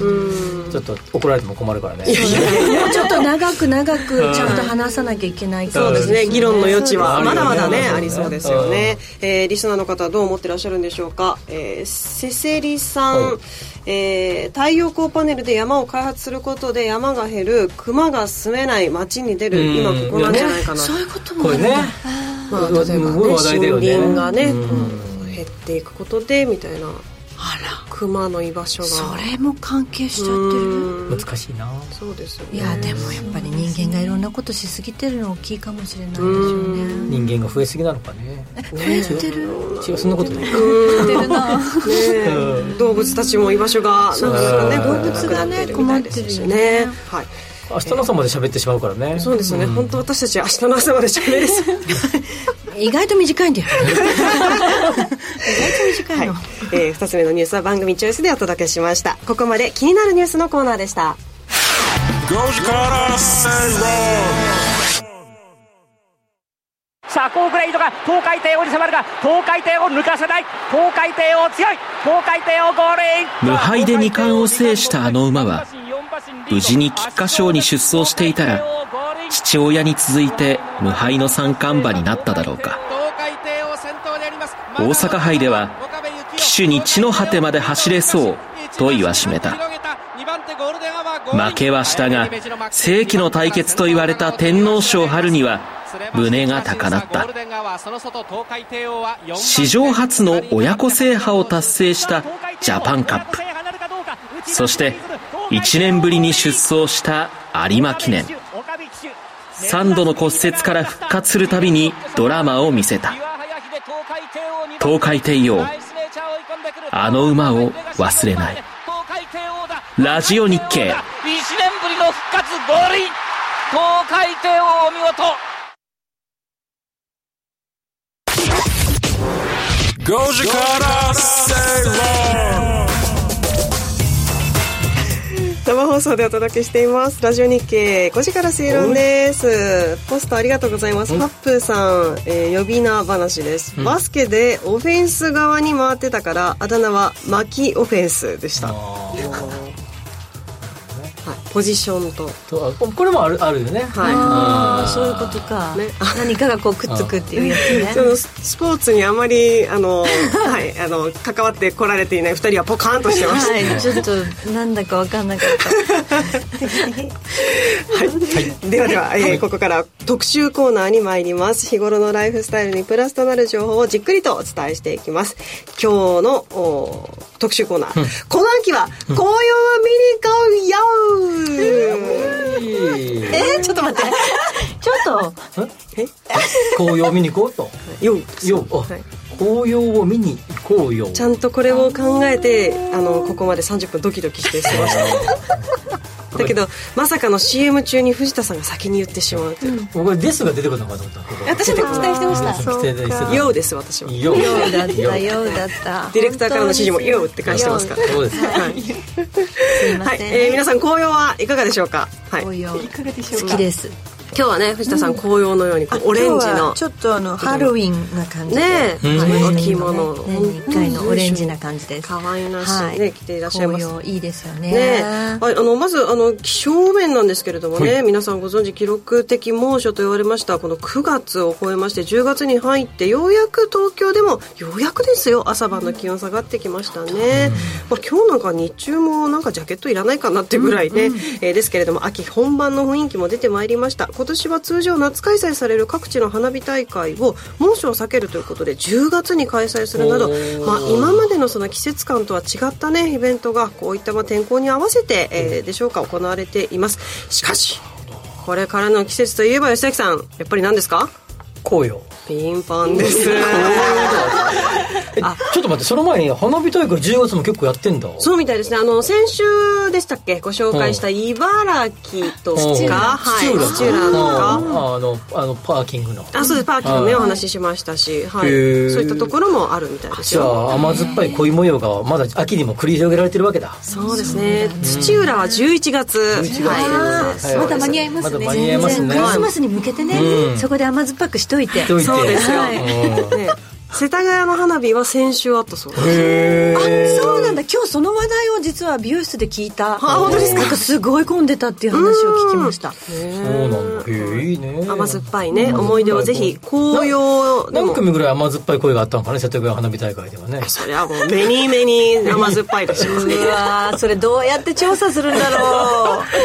Speaker 2: ちょっと怒られても困るからね
Speaker 3: もうちょっと長く長くちゃんと話さなきゃいけない
Speaker 4: そうですね議論の余地は
Speaker 3: そう
Speaker 4: ま
Speaker 3: です
Speaker 4: だ
Speaker 3: ね
Speaker 4: まだねありそうですよね、えーリスナーの方はどう思ってらっしゃるんでしょうか、えーせせりさん、えー太陽光パネルで山を開発することで山が減る熊が住めない町に出る
Speaker 2: うん
Speaker 4: 今ここなんじゃないかな、
Speaker 2: いやねそういうこと
Speaker 3: も
Speaker 2: あるんだこれね
Speaker 4: まあ、
Speaker 2: うん
Speaker 4: 例えば、ね、
Speaker 2: すごい話題だよね
Speaker 4: 森林がね、
Speaker 2: うん
Speaker 4: こう減っていくことでみたいなあら熊の居場所が
Speaker 3: それも関係しちゃってる
Speaker 2: 難しいな
Speaker 4: そうですよ
Speaker 3: い
Speaker 4: ね
Speaker 3: やでもやっぱり人間がいろんなことしすぎてるの大きいかもしれないですよね
Speaker 2: 人間が増えすぎなのかね
Speaker 3: 増えてる
Speaker 2: 一応そんなことない
Speaker 3: 増
Speaker 4: うん
Speaker 3: えてるな
Speaker 4: ねえ動物たちも居場所が
Speaker 2: そう
Speaker 4: なんかね
Speaker 2: そう
Speaker 4: 動物がね困ってるしねはい
Speaker 2: 明日の朝まで喋ってしまうからね
Speaker 4: そうですよね、
Speaker 2: ん
Speaker 4: 本当私たち明日の朝まで喋 りす
Speaker 3: 意外と短いんだよ
Speaker 4: はい、えー、2つ目のニュースは番組チョイスでお届けしましたここまで気になるニュースのコーナーでした
Speaker 12: 車高グレイドが東海帝王に迫るが東海帝王抜かせない東海帝王強い東海帝王ゴールイン
Speaker 13: 無敗で2冠を制したあの馬は無事に菊花賞に出走していたら父親に続いて無敗の三冠馬になっただろうか大阪杯では騎手に地の果てまで走れそうと言わしめた負けはしたが世紀の対決と言われた天皇賞春には胸が高鳴った史上初の親子制覇を達成したジャパンカップそして1年ぶりに出走した有馬記念3度の骨折から復活するたびにドラマを見せた東海帝王あの馬を忘れないラジオ日経
Speaker 12: 1年ぶりの復活ゴールイン東海帝王お見事
Speaker 1: Goji Kara Say
Speaker 4: 生放送でお届けしていますラジオ日経5時から正論ですポストありがとうございます
Speaker 1: うん
Speaker 4: ハップーさん、えー、呼び名話です、
Speaker 1: うん
Speaker 4: バスケでオフェンス側に回ってたからあだ名はマキオフェンスでしたはいポジションと
Speaker 2: とあこれもあるあるよね
Speaker 4: はい
Speaker 3: ああそういうことか、何かがこうくっつくっていうやつ
Speaker 4: そ
Speaker 3: ね
Speaker 4: のススポーツにあまりあの、はい、あの関わってこられていない2人はポカーンとしてました、
Speaker 3: はい、ちょっとなんだか分かんなかった
Speaker 4: ではでは、えーここから特集コーナーに参ります日頃のライフスタイルにプラスとなる情報をじっくりとお伝えしていきます今日のおー特集コーナー、この秋は紅葉を見に行こうよえーちょっと待って
Speaker 3: ちょっと
Speaker 2: 紅葉見に行こうと
Speaker 4: よ
Speaker 2: よあ紅葉を見に行こうよ
Speaker 4: ちゃんとこれを考えてあのここまで30分ドキドキして過 ごしただけどまさかの CM 中に藤田さんが先に言ってしまうという、
Speaker 2: 僕はですが出てくるのかと思ったここ
Speaker 4: 私も期待してました
Speaker 2: 期待してた
Speaker 4: ようです私は
Speaker 2: よう
Speaker 3: ようだった
Speaker 2: よう
Speaker 3: ようだった
Speaker 4: ディレクターからの指示も「よ」って返してますから
Speaker 2: そうです
Speaker 4: はい、えー皆さん紅葉はいかがでしょうか、はい、紅葉
Speaker 3: 好きです
Speaker 4: 今日はね藤田さん紅葉のようにこうオレンジ
Speaker 3: 今日
Speaker 4: の
Speaker 3: はちょっとあのハロウィンな感じで
Speaker 4: ねえ
Speaker 3: うん
Speaker 4: はいお着物
Speaker 3: 年に一回のオレンジな感じです
Speaker 4: 可愛らしいね、
Speaker 3: はい
Speaker 4: 着ていらっしゃいます
Speaker 3: 紅葉いいですよね
Speaker 4: ねはい、あのまずあの気象面なんですけれどもね、
Speaker 3: はい
Speaker 4: 皆さんご存知記録的猛暑と言われましたこの9月を超えまして10月に入ってようやく東京でもようやくですよ朝晩の気温下がってきましたね、まあ、今日なんか日中もなんかジャケットいらないかなってぐらいで、えーですけれども秋本番の雰囲気も出てまいりました今年は通常夏開催される各地の花火大会を猛暑を避けるということで10月に開催するなど
Speaker 14: おー、
Speaker 4: まあ、今までのその季節感とは違ったねイベントがこういったまあ天候に合わせて、えーでしょうか行われていますしかしこれからの季節といえば吉崎さんやっぱり何ですか
Speaker 2: 紅葉
Speaker 4: ピンポンです
Speaker 2: えちょっと待ってその前に花火大会10月も結構やってんだ
Speaker 4: そうみたいですねあの先週でしたっけご紹介した茨城とか、
Speaker 2: うん
Speaker 4: はい
Speaker 2: 土
Speaker 4: 土
Speaker 2: 浦
Speaker 4: 浦とか、
Speaker 2: うんあのあのパーキングの
Speaker 4: あそうですパーキングね
Speaker 2: はい
Speaker 4: お話ししましたし、はい、そう
Speaker 2: へー
Speaker 4: いったところもあるみたいです
Speaker 2: じゃ
Speaker 4: よ
Speaker 2: あ甘酸っぱい恋模様がまだ秋にも繰り広げられてるわけだ
Speaker 4: そうですね土浦は11月
Speaker 2: 月
Speaker 4: はい
Speaker 2: ま
Speaker 3: まだ間に合います
Speaker 2: ま
Speaker 3: ね
Speaker 2: だ間に合いますね
Speaker 3: 全然クリスマスに向けてね、
Speaker 2: うん
Speaker 3: そこで甘酸っぱくしといて
Speaker 2: しといて
Speaker 4: そうですよ、
Speaker 2: はい
Speaker 4: ね世田谷の花火は先週あったそうです
Speaker 3: あそうなんだ今日その話題を実は美容室で聞いたあ
Speaker 4: 本当ですか
Speaker 3: なんかすごい混んでたっていう話を聞きました
Speaker 2: そうなんだへえいいね
Speaker 4: 甘酸っぱいね思い出をぜひ紅葉で
Speaker 2: 何
Speaker 4: も
Speaker 2: 組ぐらい甘酸っぱい恋があったのかね瀬戸際花火大会ではね
Speaker 4: そりゃもうメニーメニー甘酸っぱいですよね
Speaker 3: うわーそれどうやって調査するんだろう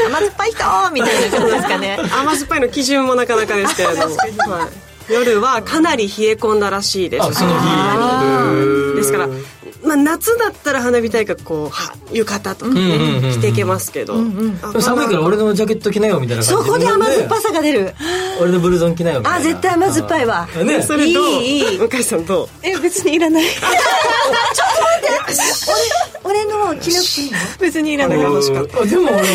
Speaker 3: 甘酸っぱい人みたいな感じですかね
Speaker 4: 甘酸っぱいの基準もなかなかですけれども、はい夜はかなり冷え込んだらしいです
Speaker 2: あその日
Speaker 4: ですからまあ、夏だったら花火大会こうは浴衣とかね、
Speaker 2: うんうんうんうん
Speaker 4: 着ていけますけど、あ
Speaker 2: 寒いから俺のジャケット着なよみたいな
Speaker 3: そ
Speaker 2: 感じ
Speaker 3: こで甘酸っぱ
Speaker 2: ね
Speaker 3: さが出る
Speaker 2: 俺のブルゾン着なよみたいな
Speaker 3: あ絶対甘酸っぱいわ
Speaker 2: うんね
Speaker 4: それどう
Speaker 3: いいいい
Speaker 4: 向井さんどう
Speaker 5: え別にいらない
Speaker 3: ちょっと待って俺俺の着なくていいの
Speaker 5: 別にいらない
Speaker 2: うんあでも俺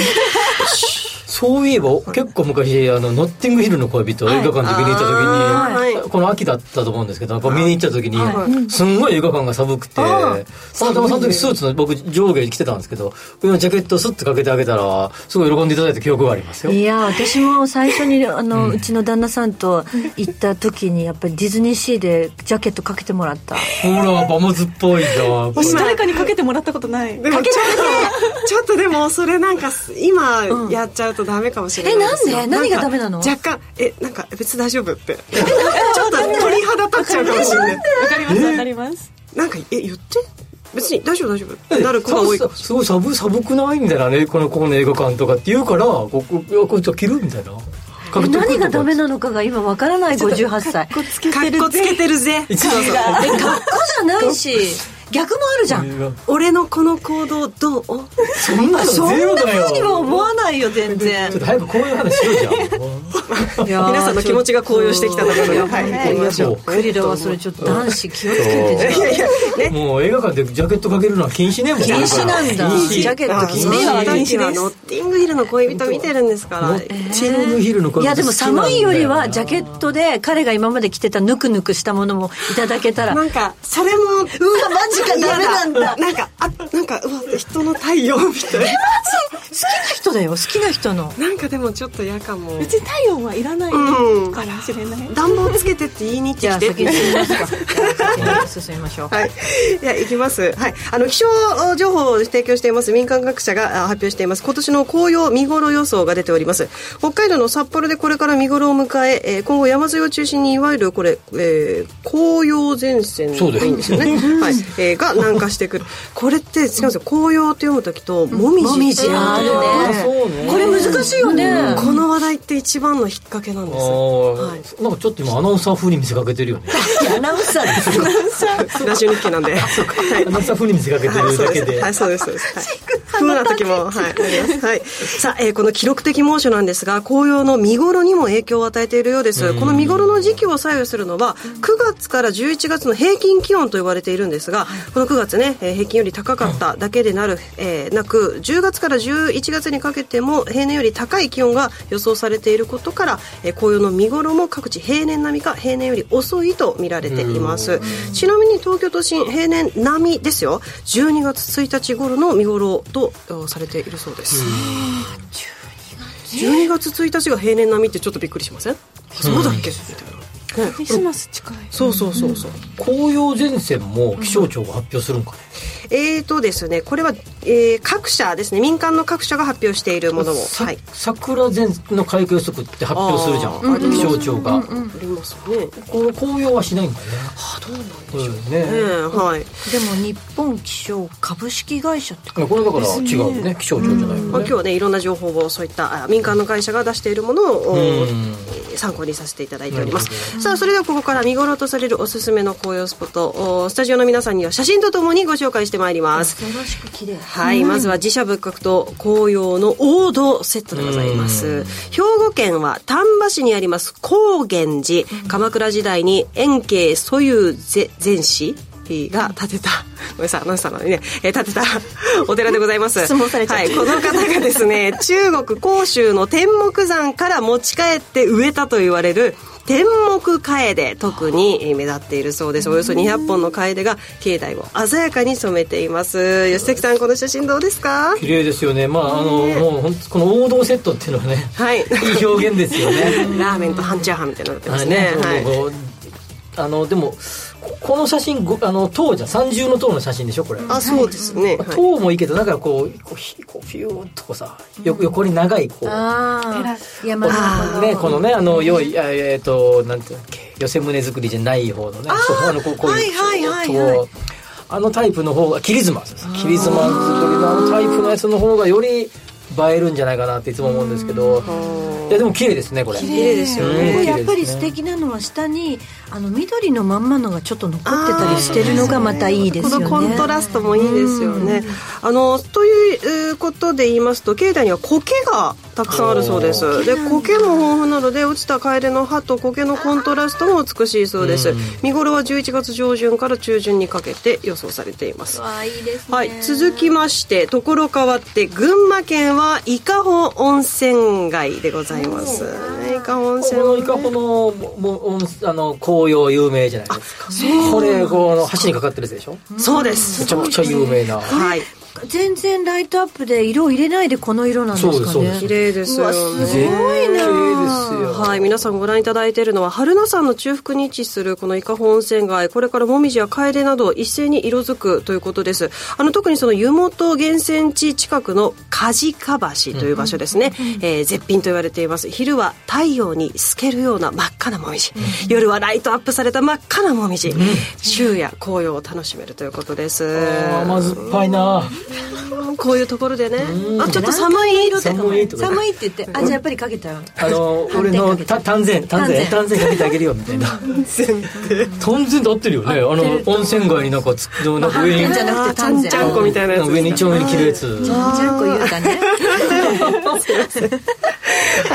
Speaker 2: そういえば結構昔あのノッティングヒルの恋人を映画館で見に行った時に、この秋だったと思うんですけどこう見に行った時に、
Speaker 1: はい
Speaker 2: すんごい映画館が寒くてたまたまその時スーツの僕上下着てたんですけど上のジャケットをスッとかけてあげたらすごい喜んでいただいた記憶がありますよ
Speaker 3: いや私も最初にあの、うちの旦那さんと行った時にやっぱりディズニーシーでジャケットかけてもらったか
Speaker 2: ほらバモズっぽいじゃん
Speaker 5: 私誰かにかけてもらったことない
Speaker 4: でもちょっとちょっとでもそれなんかす今やっちゃうとダメかもしれないすよ
Speaker 3: えなんで何がダメなの
Speaker 4: んか若干えなんか別に大丈夫って ちょっと鳥肌立っちゃうかもしれない
Speaker 5: りますわかります
Speaker 4: なんかえ言って別に大丈夫大丈夫ってなる子が多いかもし
Speaker 2: すごい寒寒くないみたいなねこのここの映画館とかって言うからここいやこいつは着るみたいなかけてくるとか
Speaker 3: 何がダメなのかが今わからない58歳かっこつけてるぜかっこつけてるぜ
Speaker 4: 一番そう
Speaker 3: じゃないし逆もあるじゃん俺のこの行動どうそ
Speaker 2: んなの
Speaker 3: そん
Speaker 2: ゼロ
Speaker 3: な
Speaker 2: だよ
Speaker 3: ふうには思わないよ全然
Speaker 2: ちょっと早くこういう話しようじゃん
Speaker 4: れない皆さんの気持ちが高揚してきたところではい行きましょう
Speaker 3: クリラはそれちょっと男子気をつけてじゃん
Speaker 4: いやいや
Speaker 2: もう映画館でジャケットかけるのは禁止ねもう
Speaker 3: 禁止なんだ
Speaker 2: 禁止
Speaker 3: ジャケット禁
Speaker 2: あそ
Speaker 3: 止
Speaker 4: そ
Speaker 2: うう
Speaker 4: いう時はノッティングヒルの恋人見てるんですから
Speaker 2: ノッティングヒルの
Speaker 3: い
Speaker 2: 恋人
Speaker 3: やでも寒いよりはジャ
Speaker 2: ケ
Speaker 3: ケットで彼が今まで着てたぬくぬくしたものもいただけたら
Speaker 4: なんかそれもうわマ
Speaker 3: ジかダメなんだ
Speaker 4: なんかあなんかうわ人の太陽みたいな
Speaker 3: 好きな人だよ好きな人の
Speaker 4: なんかでもちょっと嫌かも
Speaker 5: 別に体温はいらない
Speaker 4: うん
Speaker 5: かもしれない
Speaker 4: 暖房つけてって言いに行って
Speaker 3: じゃ
Speaker 4: き
Speaker 3: あ
Speaker 4: て
Speaker 3: 先に進みますかじゃあ進みま しょう
Speaker 4: はい、いや行きます、はい、あの気象情報を提供しています民間学者があ発表しています今年の紅葉見頃予想が出ております北海道の札幌でこれから見頃を迎ええー今後山沿いを中心にいわゆるこれ、えー紅葉前線
Speaker 2: そうです
Speaker 4: がいいんですよね、はいえーが南下してくるこれって違うんですよ紅葉って読む時ともみじ
Speaker 3: もみじあるねこれ難しいよね、
Speaker 4: この話題って一番の引っ掛けなんですよ
Speaker 2: なんかちょっと今アナウンサー風に見せかけてるよね
Speaker 3: アナウンサーです
Speaker 4: ラジオ日記なんで。はい
Speaker 2: アナウンサー風に見せかけて
Speaker 4: はい
Speaker 2: る
Speaker 4: そう
Speaker 2: だ
Speaker 4: で
Speaker 2: け
Speaker 4: す
Speaker 2: で
Speaker 4: はい、そうです。そうですはい不安な時も、はい、あります。はい。さあ、えーこの記録的猛暑なんですが、紅葉の見頃にも影響を与えているようです。この見頃の時期を左右するのは、9月から11月の平均気温と言われているんですが、この9月ね、えー平均より高かっただけでなる、えーなく、10月から11月にかけても平年より高い気温が予想されていることから、えー紅葉の見頃も各地平年並みか平年より遅いと見られています。ちなみに東京都心、平年並みですよ。12月1日頃の見頃とえーされているそうです。12月1日が平年並みってちょっとびっくりしません、そうだっけみたいな、ね
Speaker 5: クリスマス近い
Speaker 4: そうそうそうそう、
Speaker 2: 紅葉前線も気象庁が発表するんかね
Speaker 4: えーとですねこれは、えー各社ですね民間の各社が発表しているものを
Speaker 2: さ
Speaker 4: はい
Speaker 2: 桜前の開花予測って発表するじゃ
Speaker 4: あーあり
Speaker 2: ん
Speaker 4: ます
Speaker 2: 気象庁が
Speaker 4: ありますね
Speaker 2: この紅葉はしないんだねどうなんでしょうね
Speaker 4: ねはい
Speaker 3: でも日本気象株式会社って
Speaker 2: これだから違うよね気象庁じゃないよ
Speaker 4: まあ、
Speaker 2: ね
Speaker 4: 今日はねいろんな情報をそういったあ民間の会社が出しているものをお
Speaker 2: うん
Speaker 4: 参考にさせていただいておりますさあそれではここから見頃とされるおすすめの紅葉スポットおスタジオの皆さんには写真とともにご紹介してまいります
Speaker 3: 素晴らしく綺麗
Speaker 4: はい、まずは自社仏閣と紅葉の王道セットでございます。兵庫県は丹波市にあります高原寺、鎌倉時代に円慶蘇友禅師が建てた、ごめんなさい、アナウンサーなのにね、えー建てた お寺でございます。
Speaker 3: 質問されちゃった
Speaker 4: はい、この方がですね、中国広州の天目山から持ち帰って植えたと言われる、天目楓で特にえー目立っているそうですおよそ200本の楓が境内を鮮やかに染めています吉崎さんこの写真どうですか
Speaker 2: 綺麗ですよねまああのもう本当この王道セットっていうのはね
Speaker 4: は
Speaker 2: い
Speaker 4: い
Speaker 2: い表現ですよね
Speaker 4: ラーメンと半チャーハンみたいになってま
Speaker 2: は
Speaker 4: す
Speaker 2: い
Speaker 4: ね
Speaker 2: ね
Speaker 4: はい
Speaker 2: こうあのでもここの写真ごあの塔じゃん三重の塔の写真でしょこれ
Speaker 4: あそうですね、はい
Speaker 2: 塔もいいけどなんかこうこうひこうフューッとこうさよ横に長いこう
Speaker 3: ああ山の
Speaker 2: ね、このねあの良いあえっ、となんていうんだっけ寄せ胸作りじゃない方のねそうあのこうこういう、
Speaker 4: はいはいはい
Speaker 2: こうあのタイプの方が切り妻です切り妻作りのあのタイプのやつの方がより映えるんじゃないかなっていつも思うんですけどいやでも綺麗ですねこれ
Speaker 4: 麗ですよね
Speaker 2: うん
Speaker 3: やっぱり素敵なのは下にあの緑のまんまのがちょっと残ってたりしてるのがまたいいですよね。
Speaker 4: このコントラストもいいですよね。あのということで言いますと境内には苔がたくさんあるそうですで苔も豊富なので落ちたカエルの葉と苔のコントラストも美しいそうです見頃は11月上旬から中旬にかけて予想されています
Speaker 3: わあいいですね、
Speaker 4: はい、続きましてところ変わって群馬県は伊香保温泉街でございます伊香保温泉
Speaker 2: この伊香保のも温あの紅葉有名じゃないですかこれこの橋にかかってるやつでしょ
Speaker 4: そうです
Speaker 2: めちゃくちゃ有名な、
Speaker 4: はい
Speaker 3: 全然ライトアップで色を入れないでこの色なんですかね
Speaker 2: そうですそうです
Speaker 4: 綺麗です
Speaker 3: うわ
Speaker 4: よ
Speaker 3: す
Speaker 4: ね
Speaker 3: ごいな
Speaker 4: はい、皆さんご覧いただいているのは春名山の中腹に位置するこの伊香保温泉街これからもみじやカエデなど一斉に色づくということですあの特にその湯本源泉地近くの梶賀橋という場所ですね、えー絶品と言われています昼は太陽に透けるような真っ赤なもみじ、夜はライトアップされた真っ赤なもみじ、昼夜紅葉を楽しめるということです
Speaker 2: あー甘酸っぱいな
Speaker 4: こういうところでねあちょっと寒い色で
Speaker 2: 寒いとか
Speaker 3: 寒いって言ってあじゃあやっぱりかけたよ
Speaker 2: あの俺のた丹前丹前丹前かけてあげるよみたいな丹前って合ってるよねあの温泉街になんかつなんか上に
Speaker 3: じゃなくて丹前
Speaker 4: ちゃんこみたいなやつです
Speaker 2: 上に一応上に着るやつ
Speaker 3: ちゃんちゃんこ言うたね
Speaker 4: は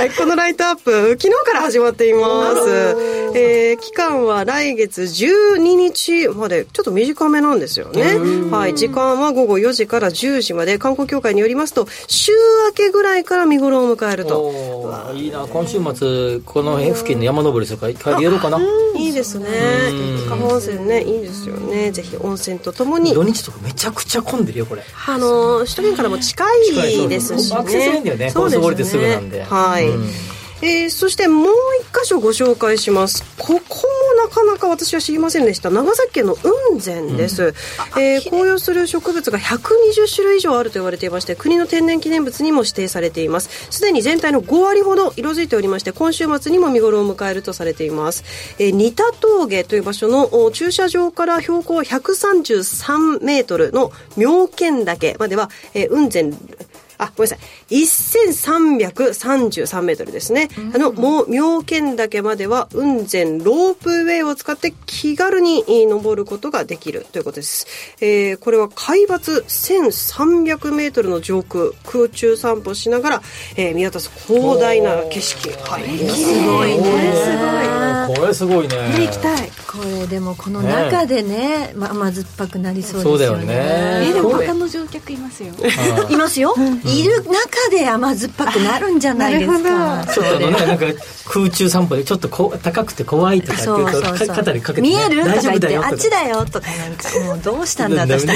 Speaker 4: い、このライトアップ、昨日から始まっています。えー期間は来月12日まで、ちょっと短めなんですよね。はい、時間は午後4時から10時まで、観光協会によりますと、週明けぐらいから見頃を迎えると。
Speaker 2: おーいいな今週末この辺付近の山登りとか帰りやろうかない
Speaker 4: いですね。加本温泉ね、いいですよね。ぜひ温泉とともに
Speaker 2: 土。日とかめちゃくちゃ混んでるよこれ
Speaker 4: あの、首都圏からも近いですしね。
Speaker 2: アクセスいいんだよね
Speaker 4: そうです
Speaker 2: 高速降りてすぐなんで
Speaker 4: はい。
Speaker 2: うん
Speaker 4: えーそしてもう一箇所ご紹介しますここもなかなか私は知りませんでした長崎県の雲仙です、えー紅葉する植物が120種類以上あると言われていまして国の天然記念物にも指定されていますすでに全体の5割ほど色づいておりまして今週末にも見頃を迎えるとされています、えー、仁田峠という場所のお駐車場から標高133メートルの妙見岳までは、えー雲仙あ、ごめんなさい。1333メートルですね。あの、もう、妙見岳までは、雲仙ロープウェイを使って気軽にえー登ることができるということです。えーこれは海抜1300メートルの上空、空中散歩しながら、えー見渡す広大な景色。はい。すごい
Speaker 2: これすごいね
Speaker 3: いこれでもこの中でねま甘酸っぱくなりそうです
Speaker 2: そ
Speaker 3: よ
Speaker 2: う
Speaker 3: ね
Speaker 2: だよね
Speaker 5: えでも
Speaker 2: これ
Speaker 5: 他の乗客いますよ
Speaker 3: いますよ、いる中で甘酸っぱくなるんじゃないですか
Speaker 2: ちょっとあのね、なんか空中散歩でちょっとこ高くて怖いとかって
Speaker 3: そ
Speaker 2: いう
Speaker 3: う
Speaker 2: と、
Speaker 3: そうそう
Speaker 2: か肩にかけて、ね、
Speaker 3: 見えると
Speaker 2: 大
Speaker 3: か
Speaker 2: 丈
Speaker 3: 言
Speaker 2: 夫
Speaker 3: っ
Speaker 2: だ
Speaker 3: て
Speaker 2: よと
Speaker 3: あ
Speaker 2: か
Speaker 3: っちだよとかなんかもうどうしたん
Speaker 2: ダ
Speaker 3: だ
Speaker 2: メ
Speaker 3: 私た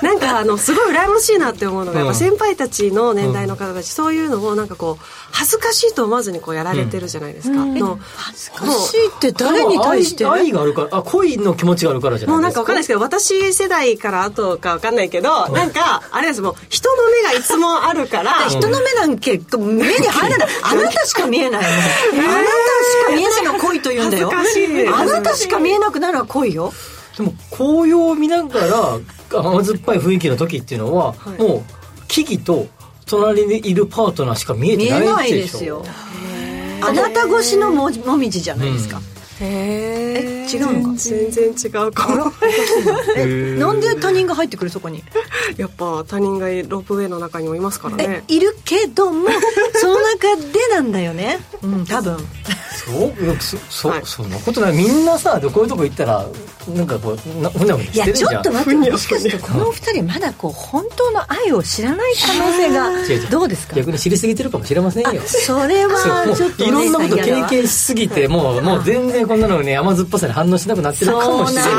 Speaker 3: ち
Speaker 4: なんかあのすごい羨ましいなって思うのが、
Speaker 2: うん
Speaker 4: やっぱ先輩たちの年代の方たち、そういうのをなんかこう恥ずかしいと思わずにこうやられてるじゃないですか、の恥ず
Speaker 3: 欲しいって誰に対して
Speaker 2: 愛愛があるからあ恋の気持ちがあるからじゃな
Speaker 4: もう
Speaker 2: い
Speaker 4: な
Speaker 2: で
Speaker 4: ん
Speaker 2: す
Speaker 4: か
Speaker 2: か
Speaker 4: わかんないですけど私世代から後かわかんないけど、なんかあれですもう人の目がいつもあるから、
Speaker 3: 人の目なんけ目に入らないあなたしか見えないもん、あなたしか見えないのは恋と言うんだよ
Speaker 4: 恥ずかしい
Speaker 3: あなたしか見えなくなるのは恋よ
Speaker 2: でも紅葉を見ながら甘酸っぱい雰囲気の時っていうのは、もう木々と隣にいるパートナーしか見え
Speaker 3: 見
Speaker 2: て
Speaker 3: え
Speaker 2: な
Speaker 3: ない
Speaker 2: いで
Speaker 3: で
Speaker 2: しょ
Speaker 3: すよあなた越しのももみじじゃないですか、
Speaker 4: へえ
Speaker 3: 違うのか
Speaker 4: 全然違うかも
Speaker 3: えなんで他人が入ってくるそこに
Speaker 4: やっぱ他人がロープウェイの中にもいますから
Speaker 3: え
Speaker 4: ね
Speaker 3: いるけど もその中でなんだよねうん多分
Speaker 2: そういやそそ,、そんなことないみんなさでこういうとこ行ったらなんかこうなふなふな
Speaker 3: い
Speaker 2: して
Speaker 3: や
Speaker 2: るじ
Speaker 3: ち
Speaker 2: ゃん
Speaker 3: ょっと待ってもしかしてこのお二人まだこう本当の愛を知らない可能 性
Speaker 2: 違う違
Speaker 3: が
Speaker 2: う
Speaker 3: どうですか
Speaker 2: 逆に知りすぎてるかもしれませんよ
Speaker 3: それはちょっと
Speaker 2: いろんなこと経験しすぎてもうもう全然こんなのね甘酸っぱさに反応しなくなってるかもしれない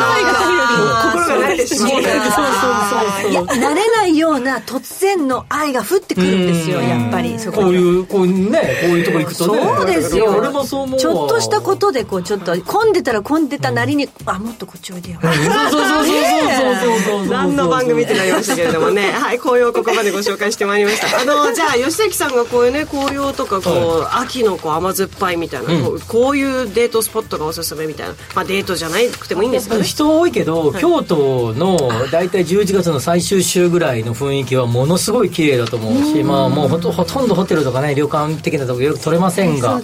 Speaker 4: 心が慣れてしまう
Speaker 2: そうそうそうそう
Speaker 3: 慣れないような突然の愛が降ってくるんですよやっぱりそ
Speaker 2: こういうこういうねこういうとこ行くとね
Speaker 3: そうですよ
Speaker 2: 俺もそう思うわ
Speaker 3: ちょっとしたことでこうちょっと混んでたら混んでたなりに、あもっとこっちおいでよ
Speaker 2: そうそうそうそうそうそうそうそうそう
Speaker 4: 何の番組ってなりましたけれどもねはい紅葉をここまでご紹介してまいりましたあのじゃあ吉崎さんがこういうね紅葉とかこう、秋のこう甘酸っぱいみたいな、こうこういうデートスポットがおすすめみたいな、まあ、デートじゃなくてもいいんですかね
Speaker 2: 人多いけど、京都の大体11月の最終週ぐらいの雰囲気はものすごい綺麗だと思うし、まあもうほとほとんどホテルとかね旅館的なとこ予約取れませんが、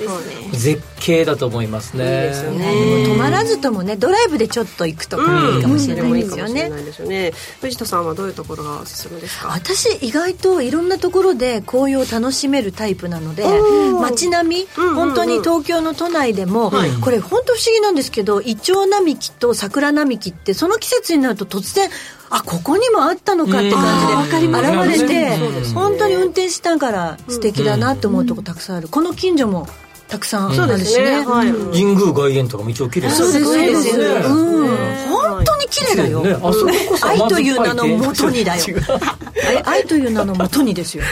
Speaker 2: 絶系だと思いますね。
Speaker 3: ですよね止まらずともねドライブでちょっと行くとかいいかもしれないですよね。
Speaker 4: ね藤田さんはどういうところがおすすめですか
Speaker 3: 私意外といろんなところで紅葉を楽しめるタイプなので街並み、本当に東京の都内でも、これ本当不思議なんですけどイチョウ並木と桜並木ってその季節になると突然あここにもあったのかって感じで現れて、本当に運転しながら素敵だなと思うとこたくさんある、この近所もたくさんあるしね,、
Speaker 2: 神宮外苑とかも一応綺麗
Speaker 3: そうですね、うん本当に綺麗だよ、愛という名のもとにだよ愛という名のもとにですよ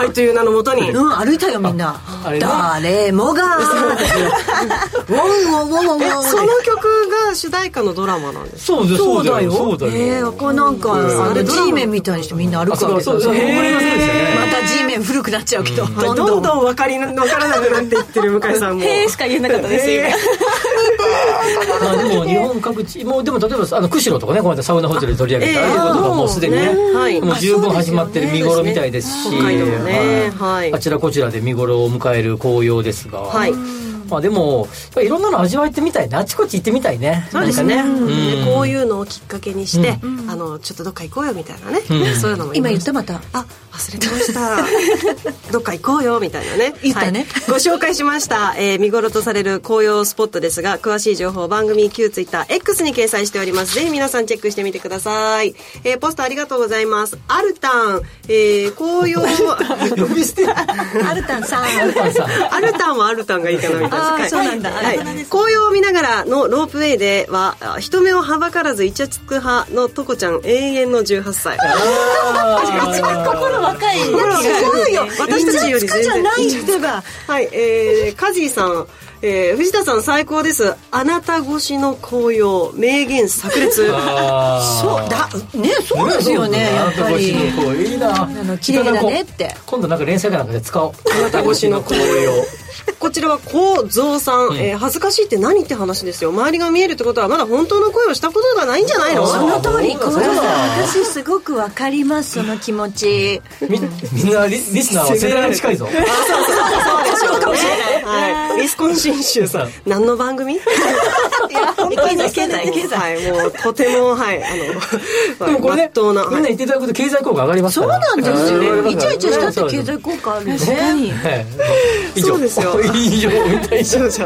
Speaker 4: 愛という名のもとに、
Speaker 3: うん、歩いたよみんな誰もが
Speaker 4: ウォンウォンウォンウォンその曲が主題歌のドラマなんです
Speaker 2: そうだそうだよそうだよ、
Speaker 3: えー、これなんかあれ G メンみたいにしてみんな歩くわけだまた G メン古くなっちゃうけど、
Speaker 4: どんどん分かり分からなくなっていってる向井さんも「
Speaker 5: へえ」しか言えなかったですよ
Speaker 2: まあでも日本各地もうでも例えばあの釧路とかねこの間サウナホテルで取り上げたああいうこととかもうすでにねもう十分始まってる見頃みたいですしあちらこちらで見頃を迎える紅葉ですがまあでもいろんなの味わってみたいねあちこち行ってみたいね
Speaker 4: そうですねこういうのをきっかけにしてあのちょっとどっか行こうよみたいなねそういうのも
Speaker 3: 今言ったまた
Speaker 4: あ忘れてま したどっか行こうよみたいなね
Speaker 3: 言ったね
Speaker 4: ご紹介しました見頃とされる紅葉スポットですが詳しい情報番組旧 TwitterX に掲載しておりますぜひ皆さんチェックしてみてくださいポストありがとうございますアルタン紅葉
Speaker 3: アルタンさん
Speaker 4: アルタンはアルタンがいいかなみたいな、
Speaker 3: あそうなんだ、はい
Speaker 4: 紅葉を見ながらのロープウェイでは人目をはばからずイチャつく派のトコちゃん永遠の18歳
Speaker 3: 一番心若い心若いよ
Speaker 4: 私たちより全然
Speaker 3: イチャつくじゃない
Speaker 4: はいえー、カジーさんえー、藤田さん最高ですあなた越しの紅葉名言炸裂そう
Speaker 3: だねそうですよねやっぱり
Speaker 2: いいなあ
Speaker 3: の綺麗だねって
Speaker 2: 今度なんか連載かなんかで使 おう
Speaker 4: あなた越しの紅葉こちらは幸蔵さん、え恥ずかしいって何って話ですよ周りが見えるってことはまだ本当の声をしたことがないんじゃないの
Speaker 3: その通り幸蔵さん私すごくわかりますその気持ち
Speaker 2: みみんなリリスナーは世代が近 いぞそう
Speaker 4: そうそうかもしれない、はい、リスコン信州さん何の番組い
Speaker 3: や本当に経済経
Speaker 4: 済もうとてもはいあの
Speaker 2: でもこれねみんな言っていただくと経済効果上がります
Speaker 3: そうなんですよねイチャイチャしたって経済効果あるよね
Speaker 4: そうですよ
Speaker 2: 以上みたい
Speaker 4: なじゃないです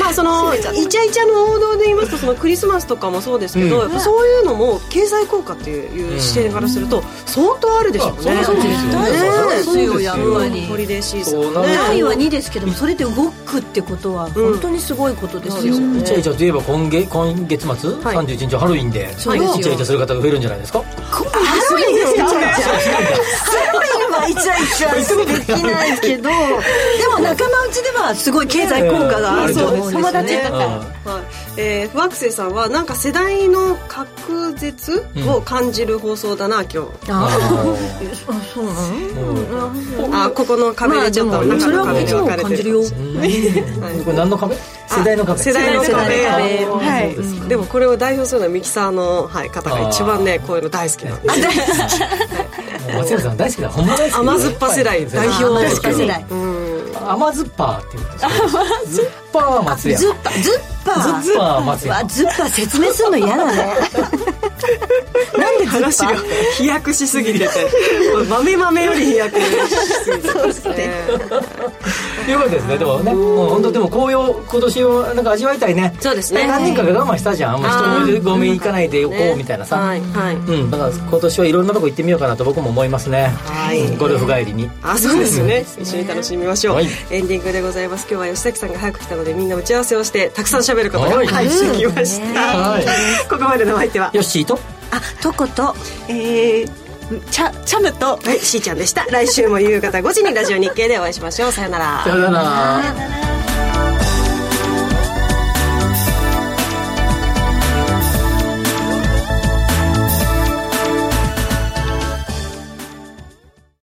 Speaker 4: まあそのイチャイチャの王道で言いますとそのクリスマスとかもそうですけどそういうのも経済効果っていう視点からすると相当あるでしょうね
Speaker 3: そうですよやっぱり
Speaker 4: ホリデーシーズン
Speaker 3: 単位は2ですけどもそれで動くってことは本当にすごいことですよね
Speaker 2: イチャイチャといえば今月今月末31日ハロウィンでイチャイチャする方が増えるんじゃないですか
Speaker 3: ハロウィンですかハロウィンはイチャイチャできないけどでも仲間内ではすごい経済効果があると思うんですよね友達だ
Speaker 4: から不惑星さんはなんか世代の隔絶を感じる放送だな今日
Speaker 3: ああそう
Speaker 4: なのあここの壁でちょっと中の壁に分かれてる
Speaker 2: これ何の壁世代の壁
Speaker 4: 世代の壁はいでもこれを代表するのはミキサーの方が一番ねこういうの大好きなんです
Speaker 2: 松山さん大好きだほんま大好き
Speaker 4: 甘酸っぱ世代代表世代
Speaker 2: 甘酸っぱって言うんですズッパは松屋
Speaker 3: ズッパズッパ
Speaker 2: ズッパは松屋
Speaker 3: ズッパ説明するの嫌だね
Speaker 4: なんで話が飛躍しすぎてて豆豆より飛躍しすぎてますね
Speaker 2: よかったですねでもねもう本当でも紅葉今年をなんか味わいたいね
Speaker 4: そうですね
Speaker 2: 何年かが我慢したじゃんあんま人ごめん行かないでおこうみたいなさはいうんだから今年はいろんなとこ行ってみようかなと僕も思いますねはいゴルフ帰りに
Speaker 4: あそうですね一緒に楽しみましょうエンディングでございます今日は吉崎さんが早く来たのでみんな打ち合わせをしてたくさん喋ることが配信きましたここまでのお相手は
Speaker 2: よしと
Speaker 3: あとこと、
Speaker 4: えー、チャチャムと、はい、しーちゃんでした来週も夕方5時にラジオ日経でお会いしましょうさよなら
Speaker 2: さよなら